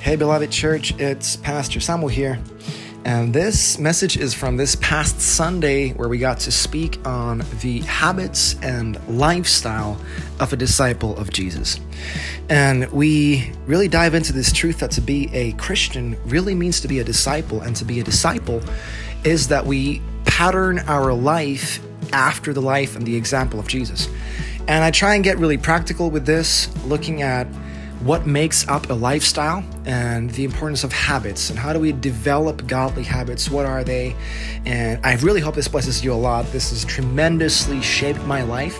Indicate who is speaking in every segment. Speaker 1: Hey, beloved church, it's Pastor Samuel here. And this message is from this past Sunday, where we got to speak on the habits and lifestyle of a disciple of Jesus. And we really dive into this truth that to be a Christian really means to be a disciple. And to be a disciple is that we pattern our life after the life and the example of Jesus. And I try and get really practical with this, looking at what makes up a lifestyle and the importance of habits and how do we develop godly habits what are they and i really hope this blesses you a lot this has tremendously shaped my life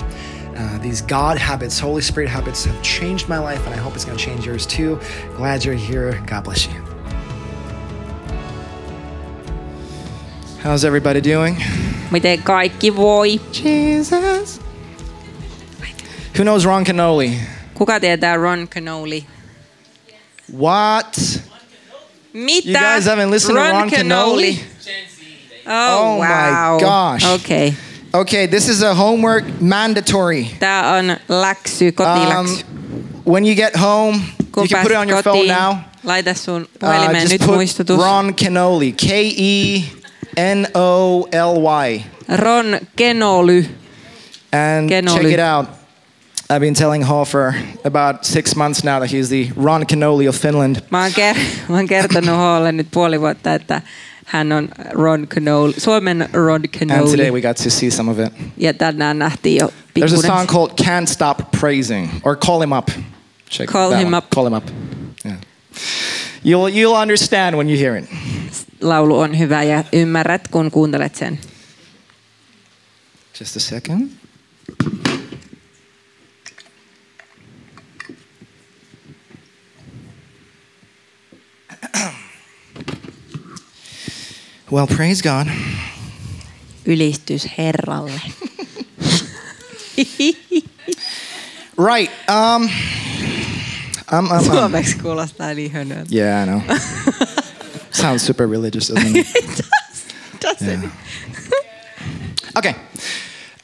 Speaker 1: Uh, these god habits holy spirit habits have changed my life and i hope it's going to change yours too glad you're here god bless you how's everybody doing
Speaker 2: Miten kaikki voi?
Speaker 1: jesus who knows ron canoli
Speaker 2: Kuka tietää Ron Canoli?
Speaker 1: what
Speaker 2: Mitä?
Speaker 1: You guys haven't listened to Ron Canoli?
Speaker 2: Oh,
Speaker 1: Oh my
Speaker 2: wow.
Speaker 1: gosh.
Speaker 2: Okei. Okay.
Speaker 1: Okay, this is a homework mandatory. Um,
Speaker 2: Tää on läksy, kotiläksy.
Speaker 1: when you get home,
Speaker 2: Kun
Speaker 1: you can put it
Speaker 2: pääset
Speaker 1: on your phone
Speaker 2: kotiin,
Speaker 1: now.
Speaker 2: laita sun
Speaker 1: Uh,
Speaker 2: puhelimeen
Speaker 1: just
Speaker 2: nyt
Speaker 1: put
Speaker 2: muistutus.
Speaker 1: Ron Canoli, K E N O L Y,
Speaker 2: Ron Kenoly.
Speaker 1: and check
Speaker 2: Canoli.
Speaker 1: it out. I've been telling Hall for about six months now that he's the Ron Canoli of Finland.
Speaker 2: Mä oon, ker- mä oon kertonut Hoolle nyt puoli vuotta, että hän on Ron Canoli, Suomen Ron
Speaker 1: And today
Speaker 2: Canoli.
Speaker 1: we got to see some of it.
Speaker 2: Ja tänään nähtiin jo
Speaker 1: There's a
Speaker 2: pikkuinen.
Speaker 1: song called "Can't Stop Praising" or "Call Him Up." Check
Speaker 2: Call
Speaker 1: that
Speaker 2: Him
Speaker 1: one.
Speaker 2: Up.
Speaker 1: Call him up. Yeah. You'll you'll understand when you hear it.
Speaker 2: Laulu on hyvä ja ymmärrät, kun kuuntelet sen.
Speaker 1: Just a second. Well, praise God.
Speaker 2: Ylistys Herralle.
Speaker 1: Right. Um. I'm. I'm, I'm
Speaker 2: Suomeksi kuulostaa niin hönöltä.
Speaker 1: yeah, I know. Sounds super religious, doesn't it?
Speaker 2: Yeah.
Speaker 1: Okay.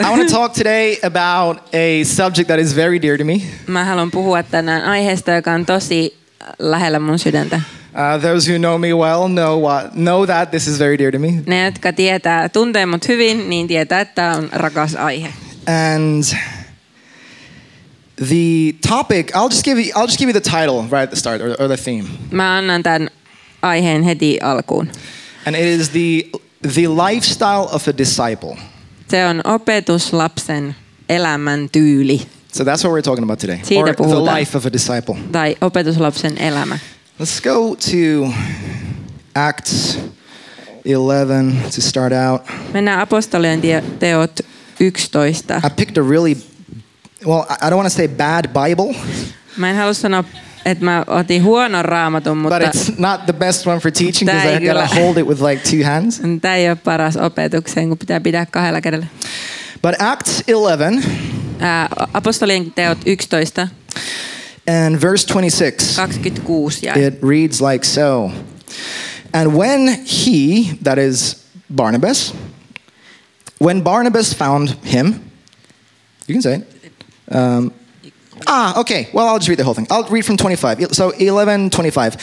Speaker 1: I want to talk today about a subject that is very dear to me.
Speaker 2: Mä haluan puhua tänään aiheesta, joka on tosi lähellä mun sydäntä.
Speaker 1: Uh, those who know me well know what know that this is very dear to me.
Speaker 2: Ne, jotka tietää, tuntee mut hyvin, niin tietää, että tää on rakas aihe.
Speaker 1: And the topic, I'll just give you, I'll just give you the title right at the start or, or the theme,
Speaker 2: Mä annan tämän aiheen heti alkuun.
Speaker 1: and it is the the lifestyle of a disciple.
Speaker 2: Se on opetuslapsen elämäntyyli
Speaker 1: So that's what we're talking about today,
Speaker 2: Siitä
Speaker 1: or the
Speaker 2: puhutaan.
Speaker 1: life of a disciple.
Speaker 2: tai opetuslapsen elämä.
Speaker 1: Let's go to Acts 11 to start out.
Speaker 2: Mennään apostolien tie- teot 11.
Speaker 1: I picked a really well. I- I don't want to say bad Bible,
Speaker 2: Mä en halua sanoa, että mä otin huonon raamatun,
Speaker 1: but
Speaker 2: mutta
Speaker 1: it's not the best one for teaching because
Speaker 2: Tää ei
Speaker 1: I gotta
Speaker 2: kyllä.
Speaker 1: hold it with like two hands.
Speaker 2: tämä ei ole paras opetukseen, kun pitää pitää kahdella kädellä.
Speaker 1: But Acts 11
Speaker 2: Ää, apostolien teot 11,
Speaker 1: And verse 26,
Speaker 2: 26 ja
Speaker 1: it reads like so. And when he, that is Barnabas, when Barnabas found him, you can say it. Um, ah, okay. Well, I'll just read the whole thing. I'll read from 25. So 11, 25.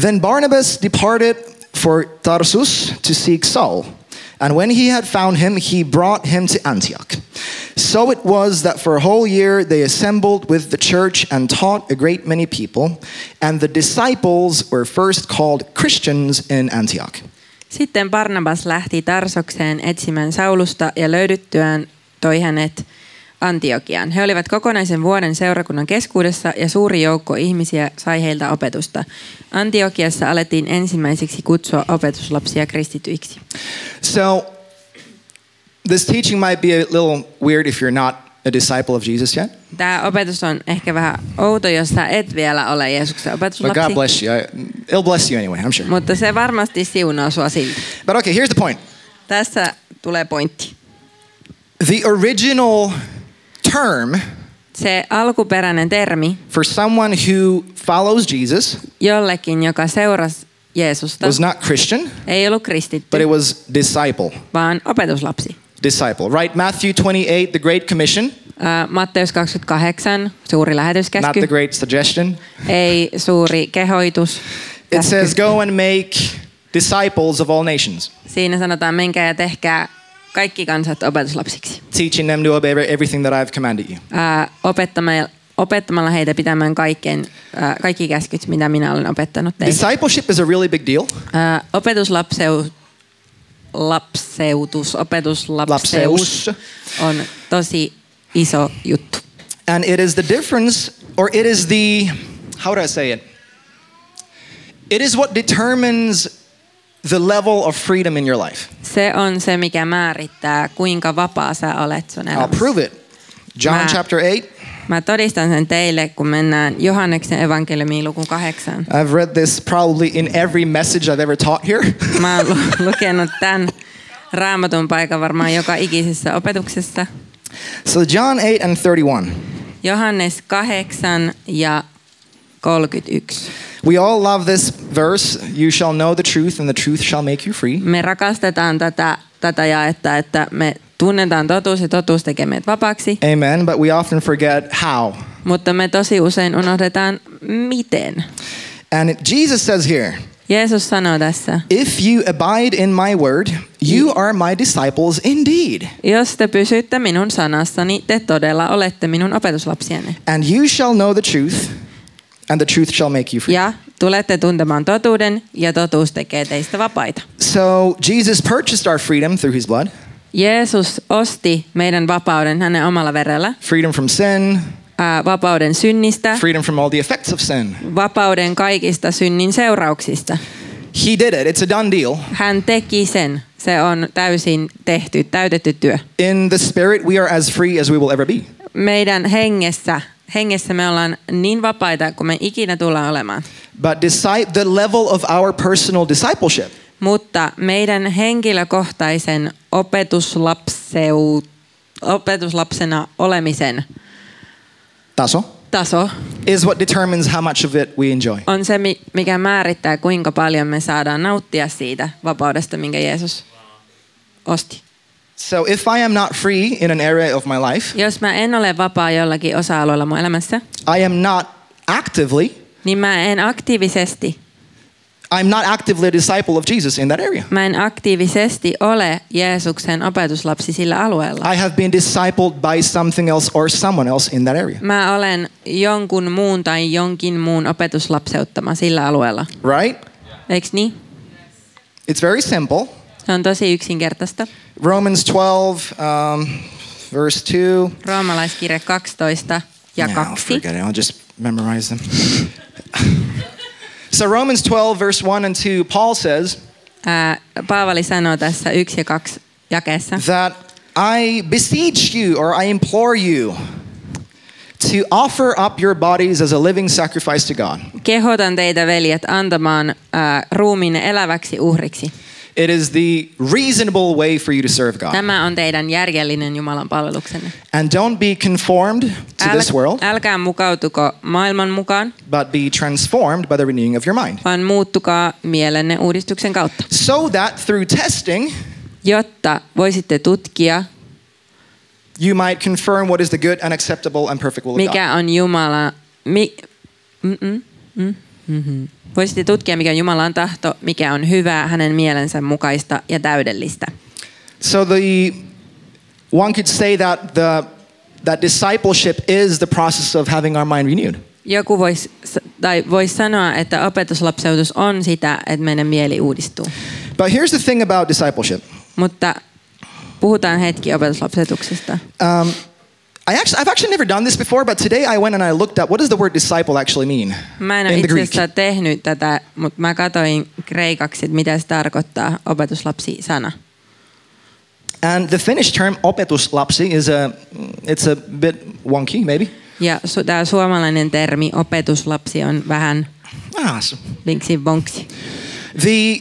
Speaker 1: Then Barnabas departed for Tarsus to seek Saul. And when he had found him, he brought him to Antioch. So it was that for a whole year they assembled with the church and taught a great many people. And the disciples were first called Christians in Antioch.
Speaker 2: Sitten Barnabas lähti Tarsokseen etsimään Saulusta ja löydyttyään toi hänet Antiokiaan. He olivat kokonaisen vuoden seurakunnan keskuudessa ja suuri joukko ihmisiä sai heiltä opetusta. Antiokiassa alettiin ensimmäiseksi kutsua opetuslapsia kristityiksi.
Speaker 1: So this teaching might be a little weird if you're not a disciple of Jesus yet.
Speaker 2: Tämä opetus on ehkä vähän outo, jos sä et vielä ole Jeesuksen
Speaker 1: But God
Speaker 2: opetuslapsi,
Speaker 1: bless you. I, it'll bless you anyway, I'm sure.
Speaker 2: mutta se varmasti siunaa sua silti.
Speaker 1: But okay, here's the point.
Speaker 2: Tässä tulee pointti.
Speaker 1: The original term
Speaker 2: Se alkuperäinen termi
Speaker 1: for someone who follows Jesus
Speaker 2: jollekin, joka seurasi Jeesusta,
Speaker 1: was not Christian,
Speaker 2: ei ollut kristitty,
Speaker 1: but it was disciple.
Speaker 2: vaan opetuslapsi.
Speaker 1: Disciple, right? Matthew 28, the Great Commission,
Speaker 2: Ää, Äh, Matteus 28, suuri
Speaker 1: not
Speaker 2: lähetyskäsky,
Speaker 1: the Great Suggestion.
Speaker 2: ei suuri kehoitus, käsky.
Speaker 1: It says, Go and make disciples of all nations,
Speaker 2: Siinä sanotaan, menkää ja tehkää kaikki kansat opetuslapsiksi.
Speaker 1: teaching them to obey everything that I have commanded you.
Speaker 2: Ää, opettamalla, opettamalla heitä pitämään kaikkein, ää, kaikki käskyt, mitä minä olen opettanut teille. Äh,
Speaker 1: Discipleship is a really big deal.
Speaker 2: Ää, opetuslapseus, lapseutus, opetuslapseus
Speaker 1: Lapseus.
Speaker 2: on tosi iso juttu.
Speaker 1: And it is the difference, or it is the, how would I say it? It is what determines the level of freedom in your life.
Speaker 2: Se on se, mikä määrittää, kuinka vapaa sä olet sun
Speaker 1: I'll
Speaker 2: elämässä.
Speaker 1: prove it. John
Speaker 2: Wow.
Speaker 1: chapter 8.
Speaker 2: Mä todistan sen teille, kun mennään Johanneksen evankeliumiin luku kahdeksan.
Speaker 1: I've read this probably in every message I've ever taught here.
Speaker 2: Mä oon lu- lukenut tämän raamatun paikan varmaan joka ikisessä opetuksessa.
Speaker 1: so, John 8 and 31.
Speaker 2: Johannes 8 ja 31.
Speaker 1: We all love this verse. You shall know the truth, and the truth shall make you free.
Speaker 2: Me rakastetaan tätä, tätä jaetta, että me tunnetaan totuus ja totuus tekee meidät vapaaksi,
Speaker 1: Amen. But we often forget how.
Speaker 2: mutta me tosi usein unohdetaan miten.
Speaker 1: And it- Jesus says here,
Speaker 2: Jeesus sanoo tässä,
Speaker 1: If you abide in my word, you are my disciples indeed.
Speaker 2: jos te pysytte minun sanassani, te todella olette minun opetuslapsienne.
Speaker 1: And you shall know the truth, and the truth shall make you free.
Speaker 2: Ja tulette tuntemaan totuuden ja totuus tekee teistä vapaita.
Speaker 1: So Jesus purchased our freedom through his blood
Speaker 2: Jeesus osti meidän vapauden hänen omalla verellä,
Speaker 1: freedom from sin,
Speaker 2: ää, vapauden synnistä,
Speaker 1: freedom from all the effects of sin.
Speaker 2: vapauden kaikista synnin seurauksista.
Speaker 1: He did it, it's a done deal.
Speaker 2: Hän teki sen. Se on täysin tehty, täytetty työ.
Speaker 1: In the spirit, we are as free as we will ever be.
Speaker 2: Meidän hengessä, hengessä me ollaan niin vapaita kuin me ikinä tullaan olemaan.
Speaker 1: But decide the level of our personal discipleship
Speaker 2: Mutta meidän henkilökohtaisen opetuslapseu, opetuslapsena olemisen
Speaker 1: taso,
Speaker 2: taso
Speaker 1: is what determines how much of it we enjoy.
Speaker 2: on se, mi- mikä määrittää, kuinka paljon me saadaan nauttia siitä vapaudesta, minkä Jeesus osti.
Speaker 1: So if I am not free in an area of my life,
Speaker 2: Jos mä en ole vapaa jollakin osa-alueella mun elämässä,
Speaker 1: I am not actively
Speaker 2: niin mä en aktiivisesti,
Speaker 1: I'm not actively a disciple of Jesus in that area.
Speaker 2: mä en aktiivisesti ole Jeesuksen opetuslapsi sillä alueella.
Speaker 1: I have been discipled by something else or someone else in that area.
Speaker 2: Mä olen jonkun muun tai jonkin muun opetuslapseuttama sillä alueella.
Speaker 1: Right?
Speaker 2: Eiks niin?
Speaker 1: It's very simple.
Speaker 2: Se on tosi yksinkertaista.
Speaker 1: Romans 12, um, verse 2.
Speaker 2: Roomalaiskirja 12 ja
Speaker 1: No,
Speaker 2: 2.
Speaker 1: forget it. I'll just memorize them. so, Romans 12, verse 1 and 2, Paul says
Speaker 2: Ää, Paavali sanoo tässä 1 ja 2 jakeessa.
Speaker 1: that I beseech you or I implore you to offer up your bodies as a living sacrifice to God.
Speaker 2: Kehotan teitä, veljet, antamaan ää, ruumiinne eläväksi uhriksi.
Speaker 1: It is the reasonable way for you to serve God.
Speaker 2: Tämä on teidän järjellinen Jumalan palveluksenne.
Speaker 1: And don't be conformed to
Speaker 2: Äl,
Speaker 1: this world,
Speaker 2: älkää mukautuko maailman mukaan,
Speaker 1: but be transformed by the renewing of your mind.
Speaker 2: vaan muuttukaa mielenne uudistuksen kautta,
Speaker 1: So that through testing,
Speaker 2: jotta voisitte tutkia,
Speaker 1: you might confirm what is the good and acceptable and perfect will of God.
Speaker 2: mikä on Jumala... Mi, mm-mm, mm, mhm. Voisitte tutkia, mikä on Jumalan tahto, mikä on hyvää hänen mielensä mukaista ja täydellistä.
Speaker 1: So the one could say that the that discipleship is the process of having our mind renewed.
Speaker 2: Joku voisi tai vois sanoa, että opetuslapseutus on sitä, että meidän mieli uudistuu.
Speaker 1: But here's the thing about discipleship.
Speaker 2: Mutta puhutaan hetki opetuslapsetuksesta.
Speaker 1: Um, I actually, I've actually never done this before, but today I went and I looked up what does the word disciple actually mean
Speaker 2: Mä en ole
Speaker 1: in the
Speaker 2: itse
Speaker 1: Greek.
Speaker 2: asiassa tehnyt tätä, mutta mä katoin kreikaksi, että mitä se tarkoittaa opetuslapsi-sana.
Speaker 1: And the Finnish term opetuslapsi is a, it's a bit wonky maybe.
Speaker 2: Ja su- tämä suomalainen termi opetuslapsi on vähän
Speaker 1: Ah, so
Speaker 2: vinksi vonksi.
Speaker 1: the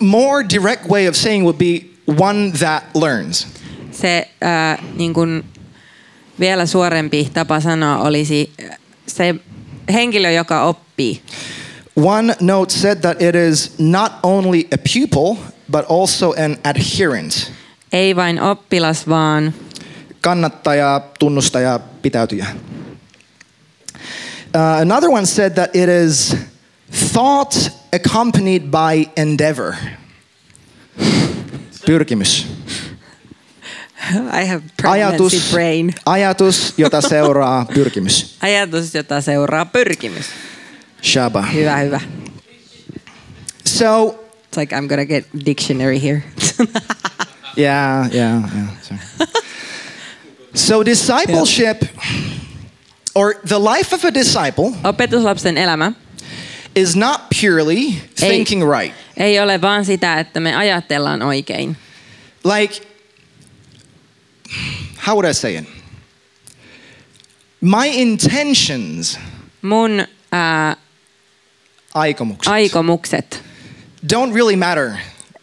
Speaker 1: more direct way of saying would be one that learns.
Speaker 2: Se ää, niin kun vielä suorempi tapa sanoa olisi se henkilö, joka oppii.
Speaker 1: One note said that it is not only a pupil, but also an adherent.
Speaker 2: Ei vain oppilas, vaan
Speaker 1: Kannattaja, tunnustaja, pitäytyjä. Uh, another one said that it is Thought accompanied by endeavor. Pyrkimys.
Speaker 2: I have pregnancy brain.
Speaker 1: ajatus, jota seuraa pyrkimys.
Speaker 2: Ajatus, jota seuraa pyrkimys.
Speaker 1: Shaba.
Speaker 2: Hyvä, hyvä.
Speaker 1: So,
Speaker 2: It's like I'm gonna get dictionary here.
Speaker 1: yeah, yeah, yeah. sorry. So, discipleship, or the life of a disciple,
Speaker 2: Opetuslapsen elämä
Speaker 1: is not purely thinking right.
Speaker 2: ei ole vaan sitä, että me ajatellaan oikein.
Speaker 1: Like, how would I say it? My intentions,
Speaker 2: Mun ää,
Speaker 1: aikomukset,
Speaker 2: aikomukset,
Speaker 1: don't really matter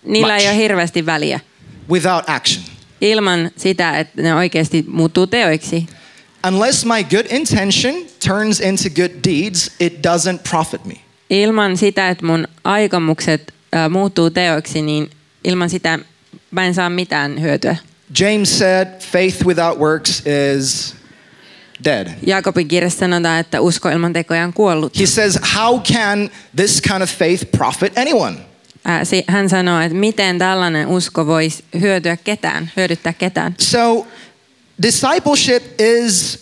Speaker 2: niillä ei
Speaker 1: much
Speaker 2: ole hirveästi väliä.
Speaker 1: without action.
Speaker 2: Ilman sitä, että ne oikeasti muuttuu teoiksi.
Speaker 1: Unless my good intention turns into good deeds, it doesn't profit me.
Speaker 2: Ilman sitä, että mun aikomukset ää, muuttuu teoiksi, niin ilman sitä mä en saa mitään hyötyä.
Speaker 1: James said, faith without works is dead.
Speaker 2: Jaakobin kirjassa sanotaan, että usko ilman tekoja on kuollut.
Speaker 1: He says, how can this kind of faith profit anyone?
Speaker 2: Ää, si- Hän sanoo, että miten tällainen usko voisi hyötyä ketään, hyödyttää ketään.
Speaker 1: So, discipleship is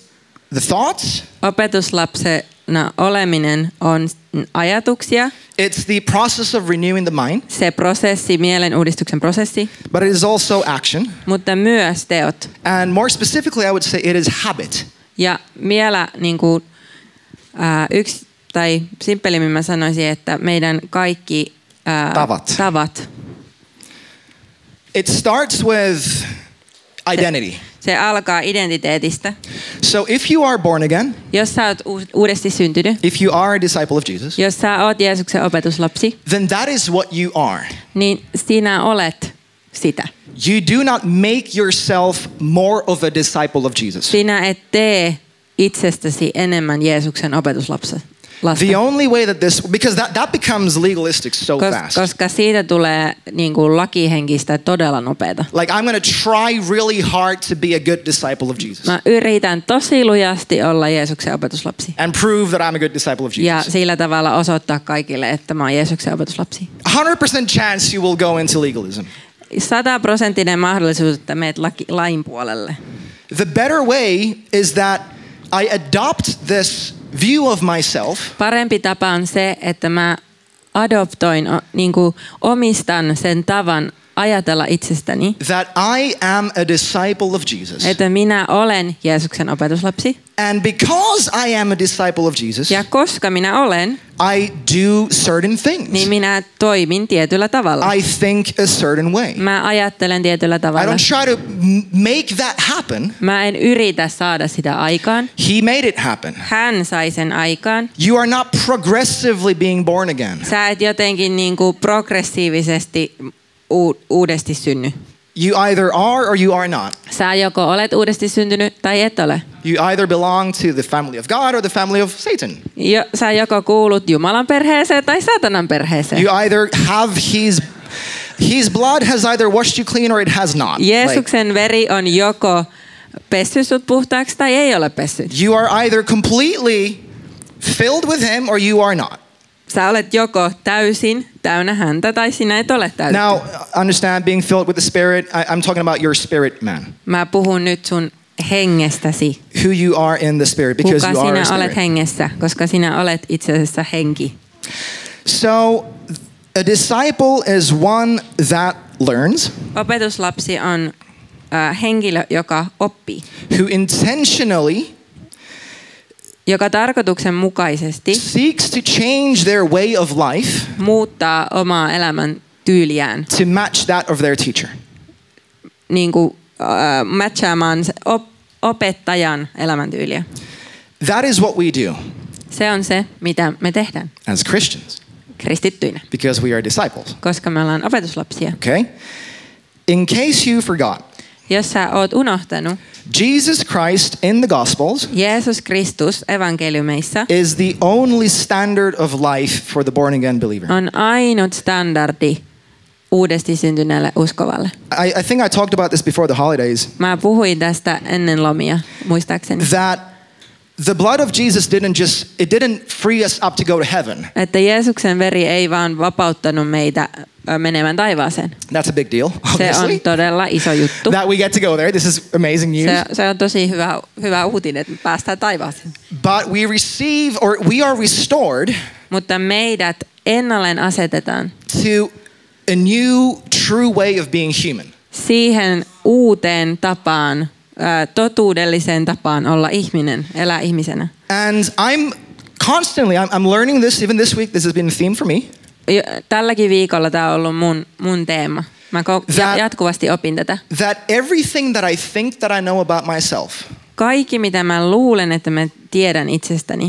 Speaker 1: the thoughts,
Speaker 2: Opetuslapsena oleminen on ajatuksia,
Speaker 1: it's the process of renewing the mind,
Speaker 2: se prosessi, mielenuudistuksen prosessi,
Speaker 1: but it is also action.
Speaker 2: mutta myös teot.
Speaker 1: And more specifically, I would say it is habit.
Speaker 2: Ja vielä niin kuin, ää, yksi, tai simppelimmin mä sanoisin, että meidän kaikki ää,
Speaker 1: Tavat.
Speaker 2: tavat,
Speaker 1: It starts with identity.
Speaker 2: se alkaa identiteetistä.
Speaker 1: So, if you are born again,
Speaker 2: Jos sä oot u- uudesti syntynyt,
Speaker 1: if you are a disciple of Jesus,
Speaker 2: jos sä oot Jeesuksen opetuslapsi,
Speaker 1: then that is what you are.
Speaker 2: niin sinä olet sitä.
Speaker 1: You do not make yourself more of a disciple of Jesus.
Speaker 2: Sinä et tee itsestäsi enemmän Jeesuksen opetuslapsa. lasta.
Speaker 1: The only way that this, because that, that becomes legalistic so
Speaker 2: Kos,
Speaker 1: fast.
Speaker 2: koska siitä tulee niin kuin lakihenkistä todella nopeata.
Speaker 1: Like, I'm going to try really hard to be a good disciple of Jesus
Speaker 2: Mä yritän tosi lujasti olla Jeesuksen opetuslapsi.
Speaker 1: and prove that I'm a good disciple of
Speaker 2: Ja
Speaker 1: Jesus.
Speaker 2: sillä tavalla osoittaa kaikille, että mä oon Jeesuksen opetuslapsi.
Speaker 1: 100% chance you will go into legalism.
Speaker 2: Sataprosenttinen mahdollisuus, että meet laki, lain puolelle.
Speaker 1: The better way is that I adopt this view of myself
Speaker 2: Parempi tapa on se, että mä adoptoin, o- niin kuin omistan sen tavan ajatella itsestäni,
Speaker 1: that I am a disciple of Jesus.
Speaker 2: että minä olen Jeesuksen opetuslapsi.
Speaker 1: And because I am a disciple of Jesus,
Speaker 2: Ja koska minä olen,
Speaker 1: I do certain
Speaker 2: niin
Speaker 1: things.
Speaker 2: minä toimin tietyllä tavalla.
Speaker 1: I think a certain way.
Speaker 2: Mä ajattelen tietyllä
Speaker 1: I
Speaker 2: tavalla.
Speaker 1: don't try to m- make that happen.
Speaker 2: Mä en yritä saada sitä aikaan.
Speaker 1: He made it happen.
Speaker 2: Hän sai sen aikaan.
Speaker 1: You are not progressively being born again.
Speaker 2: Sä et jotenkin niin kuin progressiivisesti u- uudesti synny.
Speaker 1: You either are or you are not.
Speaker 2: Sä joko olet uudesti syntynyt tai et ole.
Speaker 1: You either belong to the family of God or the family of Satan.
Speaker 2: Jo, sä joko kuulut Jumalan perheeseen tai saatanan perheeseen.
Speaker 1: You either have his his blood has either washed you clean or it has not. Like,
Speaker 2: Jeesuksen veri on joko pessyt sut puhtaaksi tai ei ole pessyt.
Speaker 1: you are either completely filled with him or you are not.
Speaker 2: Sä olet joko täysin täynnä häntä tai sinä et ole täysin.
Speaker 1: Now, understand being filled with the Spirit, I, I'm talking about your spirit man,
Speaker 2: Mä puhun nyt sun hengestäsi.
Speaker 1: who you are in the Spirit, because
Speaker 2: Kuka
Speaker 1: you are a
Speaker 2: sinä olet
Speaker 1: spirit.
Speaker 2: hengessä, koska sinä olet itse asiassa henki.
Speaker 1: So, a disciple is one that learns,
Speaker 2: Opetuslapsi on äh, henkilö, joka oppii,
Speaker 1: who intentionally
Speaker 2: joka tarkoituksenmukaisesti
Speaker 1: seeks to change their way of life
Speaker 2: muuttaa omaa elämän tyyliään,
Speaker 1: to match that of their teacher.
Speaker 2: niin kuin äh, matchaamaan se op- opettajan elämäntyyliä.
Speaker 1: That is what we do
Speaker 2: Se on se, mitä me tehdään
Speaker 1: as Christians,
Speaker 2: kristittyinä,
Speaker 1: because we are disciples,
Speaker 2: koska me ollaan opetuslapsia.
Speaker 1: okay? In case you forgot,
Speaker 2: Jos sä oot unohtanut,
Speaker 1: Jesus Christ in the Gospels
Speaker 2: Jeesus Kristus evankeliumeissa
Speaker 1: is the only standard of life for the born again believer.
Speaker 2: on ainut standardi uudesti syntyneelle uskovalle.
Speaker 1: I, I think I talked about this before the holidays
Speaker 2: Mä puhuin tästä ennen lomia, muistaakseni.
Speaker 1: that the blood of Jesus didn't just, it didn't free us up to go to heaven.
Speaker 2: Että Jeesuksen veri ei vaan vapauttanut meitä ö, menemään taivaaseen.
Speaker 1: That's a big deal,
Speaker 2: Se on
Speaker 1: obviously.
Speaker 2: todella iso juttu.
Speaker 1: That we get to go there. This is amazing news.
Speaker 2: Se, se on tosi hyvä, hyvä uutinen, että me päästään taivaaseen.
Speaker 1: But we receive, or we are restored
Speaker 2: Mutta meidät ennalleen asetetaan
Speaker 1: to a new, true way of being human.
Speaker 2: siihen uuteen tapaan, ö, totuudelliseen tapaan olla ihminen, elää ihmisenä.
Speaker 1: And I'm constantly, I'm, I'm learning this, even this week, this has been a theme for me.
Speaker 2: Jo- Tälläkin viikolla tämä on ollut mun, mun teema. Mä ko- ja-
Speaker 1: That-
Speaker 2: jatkuvasti opin tätä.
Speaker 1: That everything that I think that I know about myself,
Speaker 2: Kaikki, mitä mä luulen, että mä tiedän itsestäni,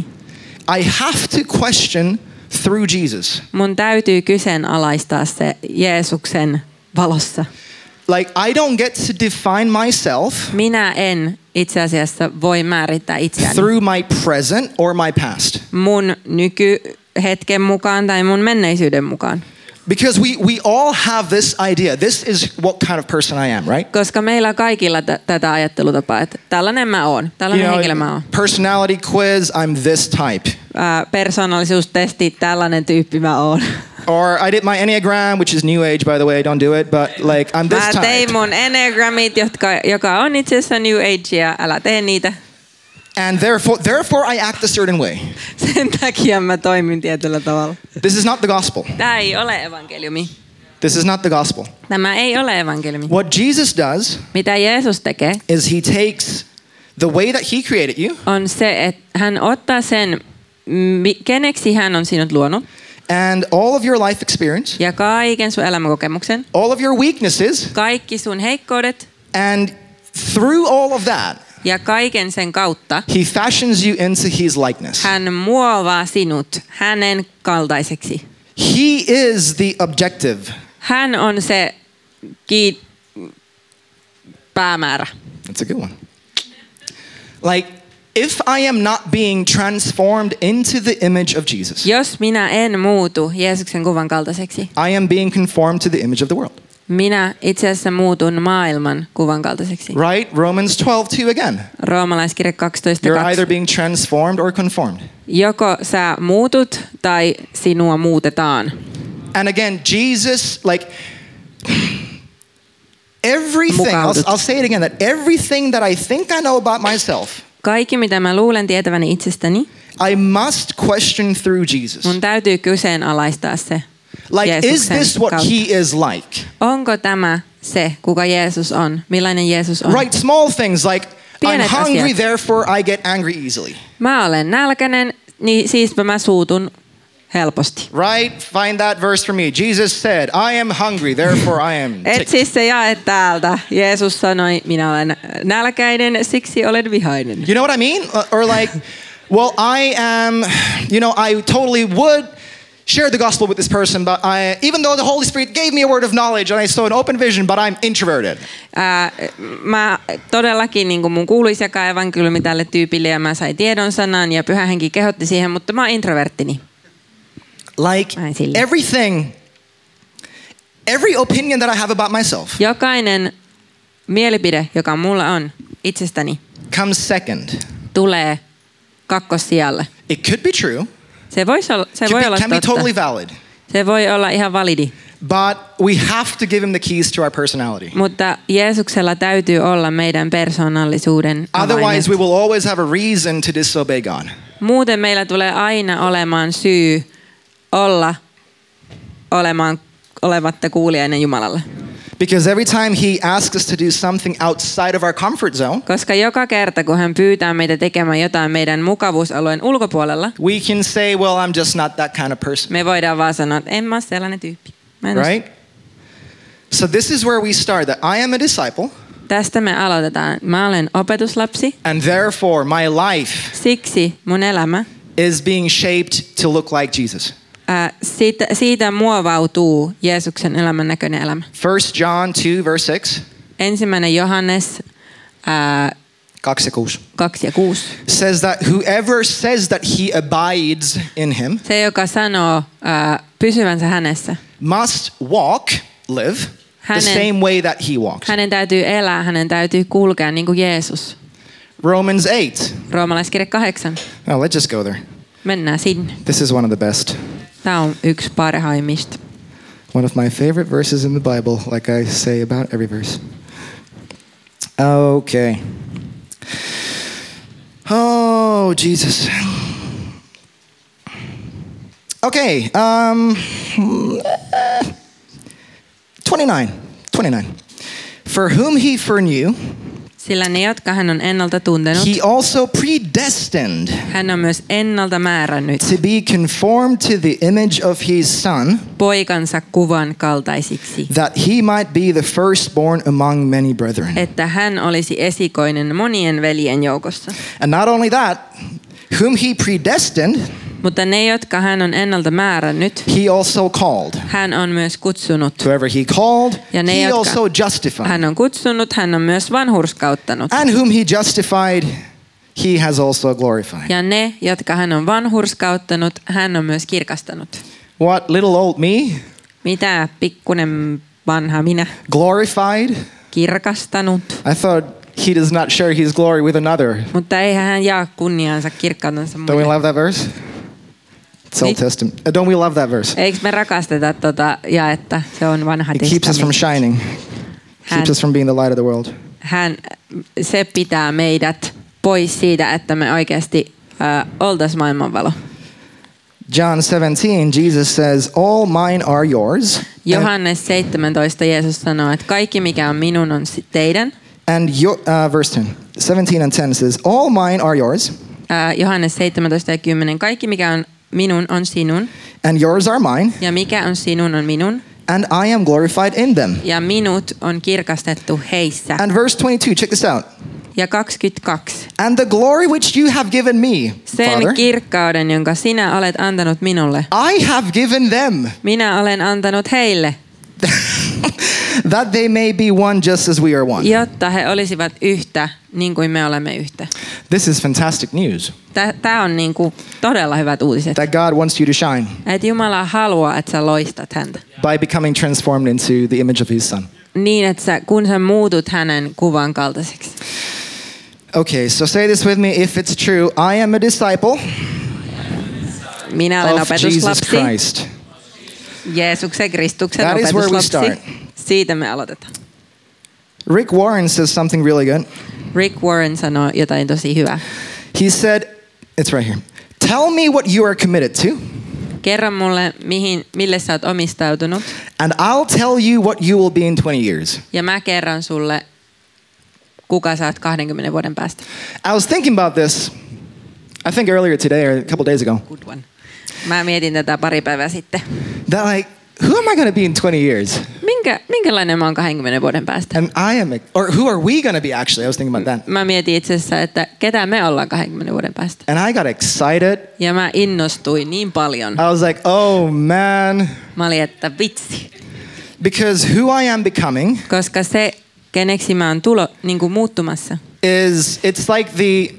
Speaker 1: I have to question through Jesus.
Speaker 2: mun täytyy kyseenalaistaa se Jeesuksen valossa.
Speaker 1: Like, I don't get to define myself
Speaker 2: Minä en itse asiassa voi määrittää itseäni
Speaker 1: through my present or my past.
Speaker 2: mun nykyhetken mukaan tai mun menneisyyden mukaan.
Speaker 1: Because we, we all have this idea. This is what kind of person I am, right?
Speaker 2: Koska meillä kaikilla t- tätä ajattelutapaa, että tällainen mä oon, tällainen
Speaker 1: You know,
Speaker 2: henkilö mä oon.
Speaker 1: personality quiz, I'm this type.
Speaker 2: Ää, Persoonallisuustesti, tällainen tyyppi mä oon.
Speaker 1: Or I did my Enneagram, which is new age, by the way, don't do it, but like I'm this
Speaker 2: Mä tein
Speaker 1: type.
Speaker 2: mun Enneagramit, jotka, joka on itse asiassa New Agea, älä tee niitä.
Speaker 1: And therefore, therefore I act a certain way.
Speaker 2: Sen takia mä toimin tietyllä tavalla.
Speaker 1: This is not the gospel.
Speaker 2: Tämä ei ole evankeliumi.
Speaker 1: This is not the gospel.
Speaker 2: Tämä ei ole evankeliumi.
Speaker 1: What Jesus does
Speaker 2: Mitä Jeesus tekee,
Speaker 1: is he takes the way that he created you
Speaker 2: on se, että hän ottaa sen, mi- keneksi hän on sinut luonut,
Speaker 1: and all of your life experience,
Speaker 2: ja kaiken sun elämänkokemuksen,
Speaker 1: all of your weaknesses,
Speaker 2: kaikki sun heikkoudet,
Speaker 1: and through all of that,
Speaker 2: ja kaiken sen kautta
Speaker 1: he fashions you into his likeness.
Speaker 2: hän muovaa sinut hänen kaltaiseksi.
Speaker 1: He is the objective.
Speaker 2: Hän on se ki- päämäärä.
Speaker 1: That's a good one. Like, if I am not being transformed into the image of Jesus,
Speaker 2: Jos minä en muutu Jeesuksen kuvan kaltaiseksi,
Speaker 1: I am being conformed to the image of the world.
Speaker 2: minä itse asiassa muutun maailman kuvan kaltaiseksi.
Speaker 1: Right? Romans 12, 2 again.
Speaker 2: Roomalaiskirja 12.
Speaker 1: You're either being transformed or conformed.
Speaker 2: Joko sä muutut tai sinua muutetaan.
Speaker 1: And again, Jesus, like, everything, I'll,
Speaker 2: Mukaudut.
Speaker 1: I'll say it again, that everything that I think I know about myself,
Speaker 2: Kaikki, mitä mä luulen tietäväni itsestäni,
Speaker 1: I must question through
Speaker 2: mun
Speaker 1: Jesus.
Speaker 2: täytyy kyseenalaistaa se.
Speaker 1: Like, is
Speaker 2: Jeesuksen
Speaker 1: this what
Speaker 2: kautta.
Speaker 1: he is like?
Speaker 2: Onko tämä se, kuka Jeesus on? Millainen Jeesus on?
Speaker 1: Right, small things like I'm
Speaker 2: Pienet
Speaker 1: hungry,
Speaker 2: asiat.
Speaker 1: therefore I get angry easily.
Speaker 2: Mä olen nälkäinen, niin siispä mä suutun helposti.
Speaker 1: Right? Find that verse for me. Jesus said, I am hungry, therefore I am.
Speaker 2: Et
Speaker 1: ticked."
Speaker 2: siis se jae täältä. Jeesus sanoi, minä olen nälkäinen, siksi olen vihainen.
Speaker 1: You know what I mean? Uh, Or like, well, I am, you know, I totally would share the gospel with this person, but I, even though the Holy Spirit gave me a word of knowledge and I saw an open vision, but I'm introverted.
Speaker 2: Ää, mä todellakin, niin kuin mun kuuluisi jakaa evankeliumi tälle tyypille, ja mä sain tiedon sanan, ja pyhä henki kehotti siihen, mutta mä oon introverttini.
Speaker 1: Like,
Speaker 2: Ai, sille.
Speaker 1: everything, every opinion that I have about myself
Speaker 2: Jokainen mielipide, joka mulla on itsestäni,
Speaker 1: comes second.
Speaker 2: tulee kakkossijalle.
Speaker 1: It could be true,
Speaker 2: Se, voisi olla, se voi olla
Speaker 1: it can be
Speaker 2: totta.
Speaker 1: totally valid.
Speaker 2: Se voi olla ihan validi.
Speaker 1: But we have to give him the keys to our personality.
Speaker 2: Mutta Jeesuksella täytyy olla meidän persoonallisuuden avaimet.
Speaker 1: Otherwise, we will always have a reason to disobey God.
Speaker 2: Muuten meillä tulee aina olemaan syy olla olemaan, olematta kuulijainen Jumalalle.
Speaker 1: Because every time he asks us to do something outside of our comfort zone,
Speaker 2: Koska joka kerta, kun hän pyytää meitä tekemään jotain meidän mukavuusalueen ulkopuolella,
Speaker 1: we can say, Well, I'm just not that kind of person,
Speaker 2: me voidaan vaan sanoa, että en mä ole sellainen tyyppi. Mä en oo-
Speaker 1: right? So, this is where we start that I am a disciple,
Speaker 2: Tästä me aloitetaan. Mä olen opetuslapsi,
Speaker 1: and therefore my life
Speaker 2: siksi mun elämä,
Speaker 1: is being shaped to look like Jesus.
Speaker 2: ää, siitä, siitä muovautuu Jeesuksen elämän näköinen elämä.
Speaker 1: 1 John 2, verse 6
Speaker 2: Ensimmäinen Johannes ää,
Speaker 1: kaksi ja kuusi,
Speaker 2: 2 ja 6.
Speaker 1: says that whoever says that he abides in him
Speaker 2: Se, joka sanoo ää, pysyvänsä hänessä,
Speaker 1: must walk, live, the
Speaker 2: Hänen-
Speaker 1: same way that he walked.
Speaker 2: hänen täytyy elää, hänen täytyy kulkea niin kuin Jeesus.
Speaker 1: Romans 8.
Speaker 2: Roomalaiskirja 8.
Speaker 1: No, let's just go there.
Speaker 2: Mennään sinne.
Speaker 1: This is one of the best.
Speaker 2: Tämä on yksi parhaimmista.
Speaker 1: One of my favorite verses in the Bible, like I say about every verse. Okay. Oh, Jesus. Okay. Um, 29. 29. For whom he foreknew,
Speaker 2: Sillä ne, jotka hän on ennalta tuntenut,
Speaker 1: he also predestined
Speaker 2: hän on myös ennalta määrännyt
Speaker 1: to be conformed to the image of his son.
Speaker 2: poikansa kuvan kaltaisiksi,
Speaker 1: that he might be the firstborn among many brethren.
Speaker 2: että hän olisi esikoinen monien veljen joukossa.
Speaker 1: And not only that, whom he predestined,
Speaker 2: Mutta ne, jotka hän on ennalta määrännyt,
Speaker 1: he also called.
Speaker 2: hän on myös kutsunut.
Speaker 1: Whoever he called,
Speaker 2: Ja ne,
Speaker 1: he
Speaker 2: jotka
Speaker 1: also justified.
Speaker 2: Hän on kutsunut, hän on myös vanhurskauttanut.
Speaker 1: And whom he justified, he has also glorified.
Speaker 2: Ja ne, jotka hän on vanhurskauttanut, hän on myös kirkastanut.
Speaker 1: What little old me
Speaker 2: Mitä pikkunen vanha minä
Speaker 1: glorified?
Speaker 2: kirkastanut.
Speaker 1: I thought he does not share his glory with another.
Speaker 2: Mutta eihän hän jaa kunniansa
Speaker 1: Don't
Speaker 2: kirkkautensa
Speaker 1: we
Speaker 2: muille.
Speaker 1: love that verse? It's Old
Speaker 2: Niin.
Speaker 1: Testament. Uh, Don't we love that verse?
Speaker 2: Eikö me rakasteta tota jaetta? Se on vanha
Speaker 1: It keeps us from shining.
Speaker 2: testamentti.
Speaker 1: Keeps
Speaker 2: Hän-
Speaker 1: us from being the light of the world.
Speaker 2: Hän, se pitää meidät pois siitä, että me oikeasti äh, oltaisiin maailmanvalo.
Speaker 1: John 17, Jesus says, All mine are yours, and,
Speaker 2: Johannes 17 Jeesus sanoo, että kaikki mikä on minun on si- teidän.
Speaker 1: and your, uh, verse 10, 17 and 10 says, All mine are yours,
Speaker 2: Äh, Johannes 17 ja 10. Kaikki mikä on minun on sinun
Speaker 1: and yours are mine,
Speaker 2: ja mikä on sinun on minun
Speaker 1: and I am glorified in them.
Speaker 2: ja minut on kirkastettu heissä.
Speaker 1: And verse 22, check this out.
Speaker 2: Ja 22.
Speaker 1: And the glory which you have given me,
Speaker 2: Sen
Speaker 1: Father,
Speaker 2: kirkkauden, jonka sinä olet antanut minulle,
Speaker 1: I have given them,
Speaker 2: minä olen antanut heille,
Speaker 1: that they may be one just as we are one.
Speaker 2: jotta he olisivat yhtä niin kuin me olemme yhtä.
Speaker 1: This is fantastic news
Speaker 2: Tämä on niin kuin todella hyvät uutiset.
Speaker 1: that God wants you to shine
Speaker 2: Että Jumala haluaa, että sä loistat häntä.
Speaker 1: by becoming transformed into the image of His Son.
Speaker 2: Niin, että sä, kun sä muutut hänen kuvan kaltaiseksi.
Speaker 1: Okay, so say this with me if it's true. I am a disciple.
Speaker 2: Minä olen
Speaker 1: of Jesus
Speaker 2: opetuslapsi.
Speaker 1: Christ.
Speaker 2: Jeesuksen Kristuksen
Speaker 1: That is where we
Speaker 2: opetuslapsi. Siitä me aloitetaan.
Speaker 1: Rick Warren says something really good.
Speaker 2: Rick Warren sanoi jotain tosi hyvää.
Speaker 1: He said, it's right here. Tell me what you are committed to,
Speaker 2: Kerro mulle, mihin, mille sä oot omistautunut,
Speaker 1: and I'll tell you what you will be in 20 years.
Speaker 2: ja mä kerron sulle, kuka sä oot 20 vuoden päästä.
Speaker 1: I was thinking about this, I think earlier today or a couple days ago,
Speaker 2: Good one. Mä mietin tätä pari päivää sitten.
Speaker 1: that like, who am I going to be in 20 years?
Speaker 2: Minkä, minkälainen mä oon 20 vuoden päästä?
Speaker 1: And I am, or who are we going to be actually? I was thinking about that.
Speaker 2: Mä mietin itse asiassa, että ketä me ollaan 20 vuoden päästä.
Speaker 1: And I got excited.
Speaker 2: Ja mä innostuin niin paljon.
Speaker 1: I was like, oh man,
Speaker 2: Mä olin, että vitsi.
Speaker 1: because who I am becoming
Speaker 2: Koska se, keneksi mä oon tulo, niin kuin muuttumassa,
Speaker 1: is, it's like the,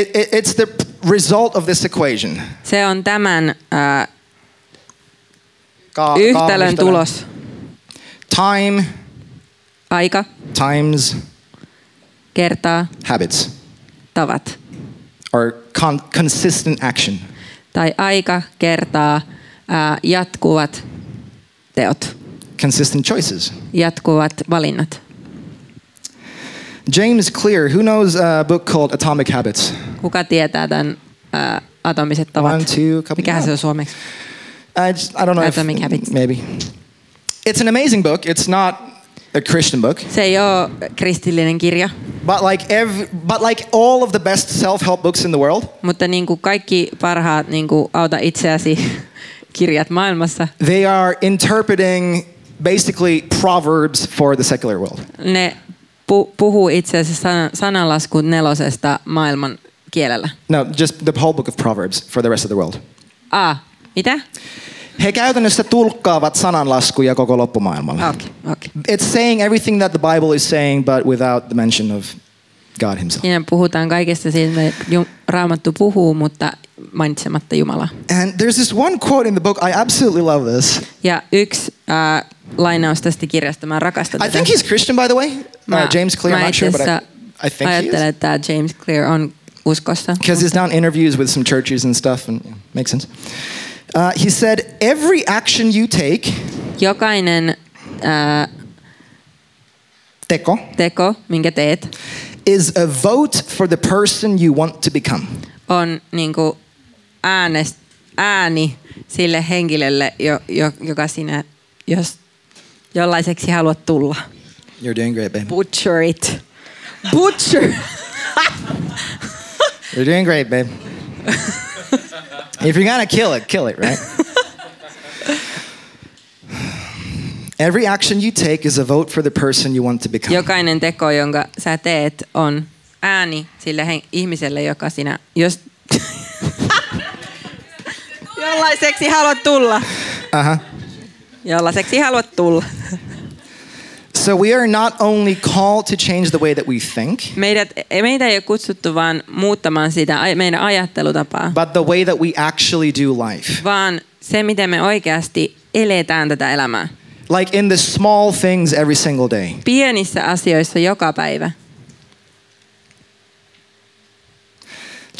Speaker 1: it, it, it's the result of this equation.
Speaker 2: se on tämän ää,
Speaker 1: Ka-
Speaker 2: yhtälön
Speaker 1: kaavista
Speaker 2: tulos.
Speaker 1: Time
Speaker 2: Aika
Speaker 1: times
Speaker 2: kertaa
Speaker 1: habits
Speaker 2: tavat.
Speaker 1: or con- consistent action.
Speaker 2: Tai aika kertaa ää, jatkuvat teot,
Speaker 1: Consistent choices.
Speaker 2: jatkuvat valinnat.
Speaker 1: James Clear, who knows a book called Atomic Habits?
Speaker 2: Kuka tietää tämän ää, atomiset
Speaker 1: One,
Speaker 2: tavat?
Speaker 1: two, couple-
Speaker 2: Mikähän se on suomeksi?
Speaker 1: I, just, I don't know. if-
Speaker 2: Atomic Habits.
Speaker 1: Maybe. It's an amazing book. It's not a Christian book,
Speaker 2: Se ei ole kristillinen kirja,
Speaker 1: but like every, but like all of the best self-help books in the world,
Speaker 2: mutta niin kuin kaikki parhaat niin kuin auta itseäsi kirjat maailmassa,
Speaker 1: they are interpreting basically proverbs for the secular world.
Speaker 2: ne pu- puhuu itse asiassa sana- sananlaskun nelosesta maailman kielellä.
Speaker 1: No, just the whole book of proverbs for the rest of the world.
Speaker 2: A. Mitä?
Speaker 1: He käytännössä tulkkaavat sananlaskuja koko loppumaailmalle.
Speaker 2: Okei, okei.
Speaker 1: It's saying everything that the Bible is saying, but without the mention of God himself.
Speaker 2: Siinä puhutaan kaikesta siitä, mitä Ju- Raamattu puhuu, mutta mainitsematta Jumalaa.
Speaker 1: And there's this one quote in the book, I absolutely love this.
Speaker 2: Ja yksi äh, lainaus tästä kirjasta, mä rakastan
Speaker 1: I
Speaker 2: tätä.
Speaker 1: think he's Christian, by the way. Uh, James Clear, I'm
Speaker 2: mä
Speaker 1: not
Speaker 2: itse
Speaker 1: sure, but I,
Speaker 2: asiassa
Speaker 1: I think he
Speaker 2: Ajattelen,
Speaker 1: is.
Speaker 2: että tämä James Clear on uskossa.
Speaker 1: Because he's done interviews with some churches and stuff, and yeah, makes sense. Uh, he said, Every action you take,
Speaker 2: Jokainen ää,
Speaker 1: teko,
Speaker 2: teko, minkä teet,
Speaker 1: is a vote for the person you want to become.
Speaker 2: on niinku äänest, ääni sille henkilölle, jo, jo, joka sinä, jos jollaiseksi haluat tulla.
Speaker 1: You're doing great, babe.
Speaker 2: Butcher it. Butcher.
Speaker 1: You're doing great, babe. if you're gonna kill it, kill it, right? Every action you take is a vote for the person you want to become.
Speaker 2: Jokainen teko, jonka sä teet, on ääni sille hen- ihmiselle, joka sinä, jos... jollaiseksi haluat tulla.
Speaker 1: Uh-huh.
Speaker 2: Jollaiseksi haluat tulla.
Speaker 1: So we are not only called to change the way that we think,
Speaker 2: Meidät, ei- meitä ei ole kutsuttu vaan muuttamaan sitä ai- meidän ajattelutapaa,
Speaker 1: but the way that we actually do life.
Speaker 2: vaan se, miten me oikeasti eletään tätä elämää.
Speaker 1: Like in the small things every single day.
Speaker 2: Pienissä asioissa joka päivä.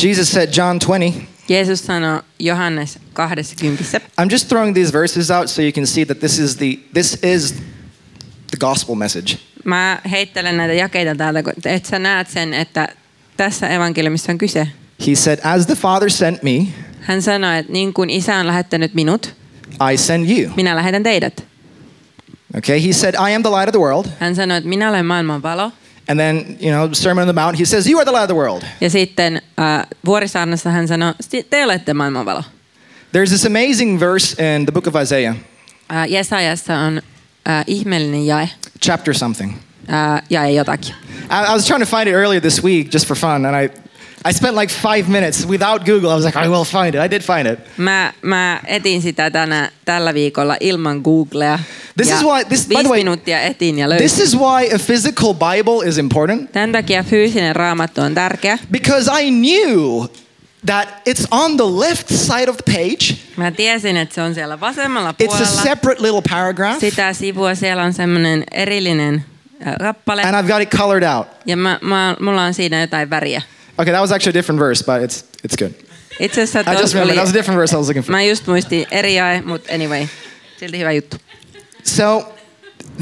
Speaker 1: Jesus said, John 20,
Speaker 2: Jeesus sanoi Johannes 20.
Speaker 1: I'm just throwing these verses out so you can see that this is the this is the gospel message.
Speaker 2: Mä heittelen näitä jakeita täältä, kun et sä näet sen, että tässä evankeliumissa on kyse.
Speaker 1: He said, As the Father sent me,
Speaker 2: Hän sanoi, että niin kuin isä on lähettänyt minut,
Speaker 1: I send you.
Speaker 2: minä lähetän teidät.
Speaker 1: Okay, he said, I am the light of the world.
Speaker 2: Hän sanoi, että minä olen maailman valo.
Speaker 1: And then, you know, Sermon on the Mount, he says, You are the light of the world.
Speaker 2: Ja sitten äh, vuorisaarnassa hän sanoi, "Si- te olette maailman valo.
Speaker 1: There's this amazing verse in the book of Isaiah,
Speaker 2: Äh, Jesajassa on äh, ihmeellinen jae,
Speaker 1: chapter something.
Speaker 2: äh, jae jotakin.
Speaker 1: I, I was trying to find it earlier this week just for fun, and I, I spent like five minutes without Google. I was like, I will find it. I did find it.
Speaker 2: Mä, mä etin sitä tänä, tällä viikolla ilman Googlea.
Speaker 1: This
Speaker 2: ja
Speaker 1: is why- this- by
Speaker 2: viisi
Speaker 1: the way-
Speaker 2: minuuttia etin ja löysin.
Speaker 1: This is why a physical Bible is important
Speaker 2: Tämän takia fyysinen raamattu on tärkeä.
Speaker 1: because I knew that it's on the left side of the page.
Speaker 2: Mä tiesin, että se on siellä vasemmalla
Speaker 1: It's a
Speaker 2: puolella.
Speaker 1: separate little paragraph,
Speaker 2: Sitä sivua siellä on semmoinen erillinen äh, kappale.
Speaker 1: and I've got it colored out.
Speaker 2: Ja mä, mä, mulla on siinä jotain väriä.
Speaker 1: Okay, that was actually a different verse, but it's it's good.
Speaker 2: Itse asiassa
Speaker 1: I just
Speaker 2: tuossa
Speaker 1: remembered
Speaker 2: oli,
Speaker 1: that was a different verse I was looking for.
Speaker 2: mä just muistin eri jae, mutta anyway, silti hyvä juttu.
Speaker 1: So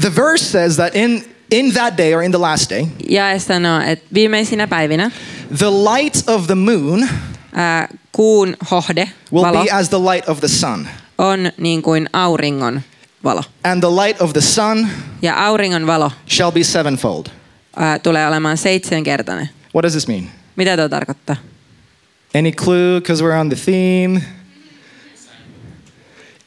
Speaker 1: the verse says that in in that day or in the last day,
Speaker 2: Jae sanoo, että viimeisinä päivinä
Speaker 1: the light of the moon
Speaker 2: ää, kuun hohde,
Speaker 1: will
Speaker 2: valo,
Speaker 1: be as the light of the sun,
Speaker 2: on niin kuin auringon valo.
Speaker 1: and the light of the sun
Speaker 2: Ja auringon valo
Speaker 1: shall be sevenfold.
Speaker 2: ää, tulee olemaan seitsemänkertainen.
Speaker 1: What does this mean?
Speaker 2: Mitä tuo tarkoittaa?
Speaker 1: Any clue? Because we're on the theme.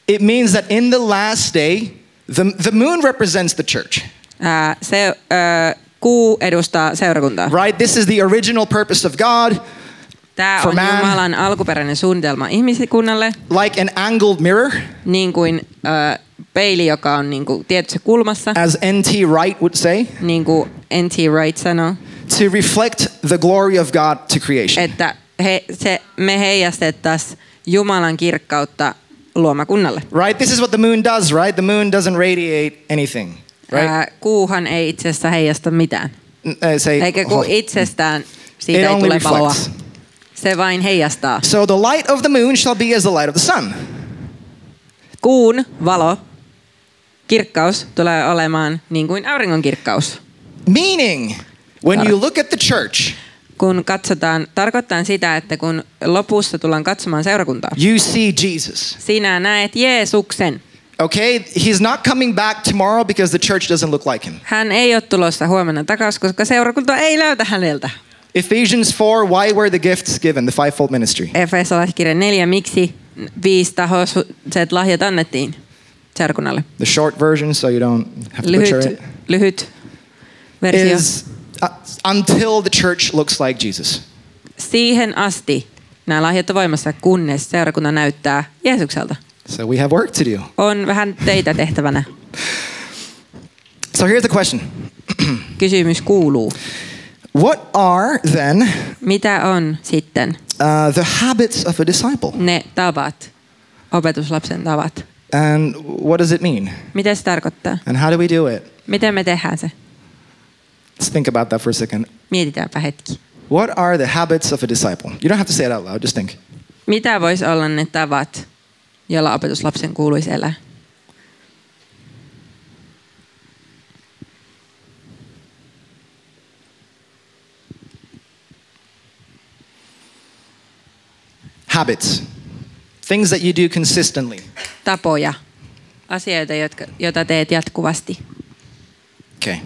Speaker 1: It means that in the last day, the, the moon represents the church,
Speaker 2: Ää, Äh, se, ää, kuu edustaa seurakuntaa.
Speaker 1: right? This is the original purpose of God,
Speaker 2: Tämä
Speaker 1: For
Speaker 2: on
Speaker 1: man.
Speaker 2: Jumalan alkuperäinen suunnitelma ihmiskunnalle,
Speaker 1: like an angled mirror,
Speaker 2: niin kuin ää, peili, joka on niin kuin tietyssä kulmassa,
Speaker 1: as N.T. Wright would say,
Speaker 2: niin kuin N.T. Wright sanoo,
Speaker 1: to reflect the glory of God to creation.
Speaker 2: että he, se, me heijastettaisiin Jumalan kirkkautta luomakunnalle.
Speaker 1: Right? This is what the moon does, right? The moon doesn't radiate anything, right?
Speaker 2: Ää, kuuhan ei itse asiassa heijasta mitään.
Speaker 1: N- uh, say,
Speaker 2: Eikä kun itsestään
Speaker 1: it
Speaker 2: siitä ei
Speaker 1: only
Speaker 2: tule valoa.
Speaker 1: reflects.
Speaker 2: Se vain heijastaa.
Speaker 1: So the light of the moon shall be as the light of the sun.
Speaker 2: Kuun valo, kirkkaus tulee olemaan niin kuin auringon kirkkaus.
Speaker 1: Meaning, when you look at the church,
Speaker 2: Kun katsotaan, tarkoittaa sitä, että kun lopussa tullaan katsomaan seurakuntaa,
Speaker 1: you see Jesus.
Speaker 2: sinä näet Jeesuksen.
Speaker 1: Okay, he's not coming back tomorrow because the church doesn't look like him.
Speaker 2: Hän ei ole tulossa huomenna takaisin, koska seurakunta ei löytä häneltä.
Speaker 1: Ephesians 4, why were the gifts given, the fivefold ministry?
Speaker 2: Efesolaiskirja 4, miksi viisi tahoiset lahjat annettiin seurakunnalle?
Speaker 1: The short version, so you don't have to butcher
Speaker 2: Lyhyt,
Speaker 1: it,
Speaker 2: lyhyt versio.
Speaker 1: is uh, until the church looks like Jesus.
Speaker 2: Siihen asti nämä lahjat on voimassa, kunnes seurakunta näyttää Jeesukselta.
Speaker 1: So we have work to do.
Speaker 2: On vähän töitä tehtävänä.
Speaker 1: So here's the question
Speaker 2: Kysymys kuuluu,
Speaker 1: What are then
Speaker 2: mitä on sitten
Speaker 1: uh, the habits of a disciple?
Speaker 2: ne tavat, opetuslapsen tavat?
Speaker 1: And what does it mean?
Speaker 2: Mitä se tarkoittaa?
Speaker 1: And how do we do it?
Speaker 2: Miten me tehdään se?
Speaker 1: Let's think about that for a second.
Speaker 2: Mietitäänpä hetki.
Speaker 1: What are the habits of a disciple? You don't have to say it out loud, just think.
Speaker 2: Mitä voisi olla ne tavat, joilla opetuslapsen kuuluisi elää?
Speaker 1: Habits. Things that you do consistently.
Speaker 2: Tapoja, asioita, jotka, joita teet jatkuvasti.
Speaker 1: Okay.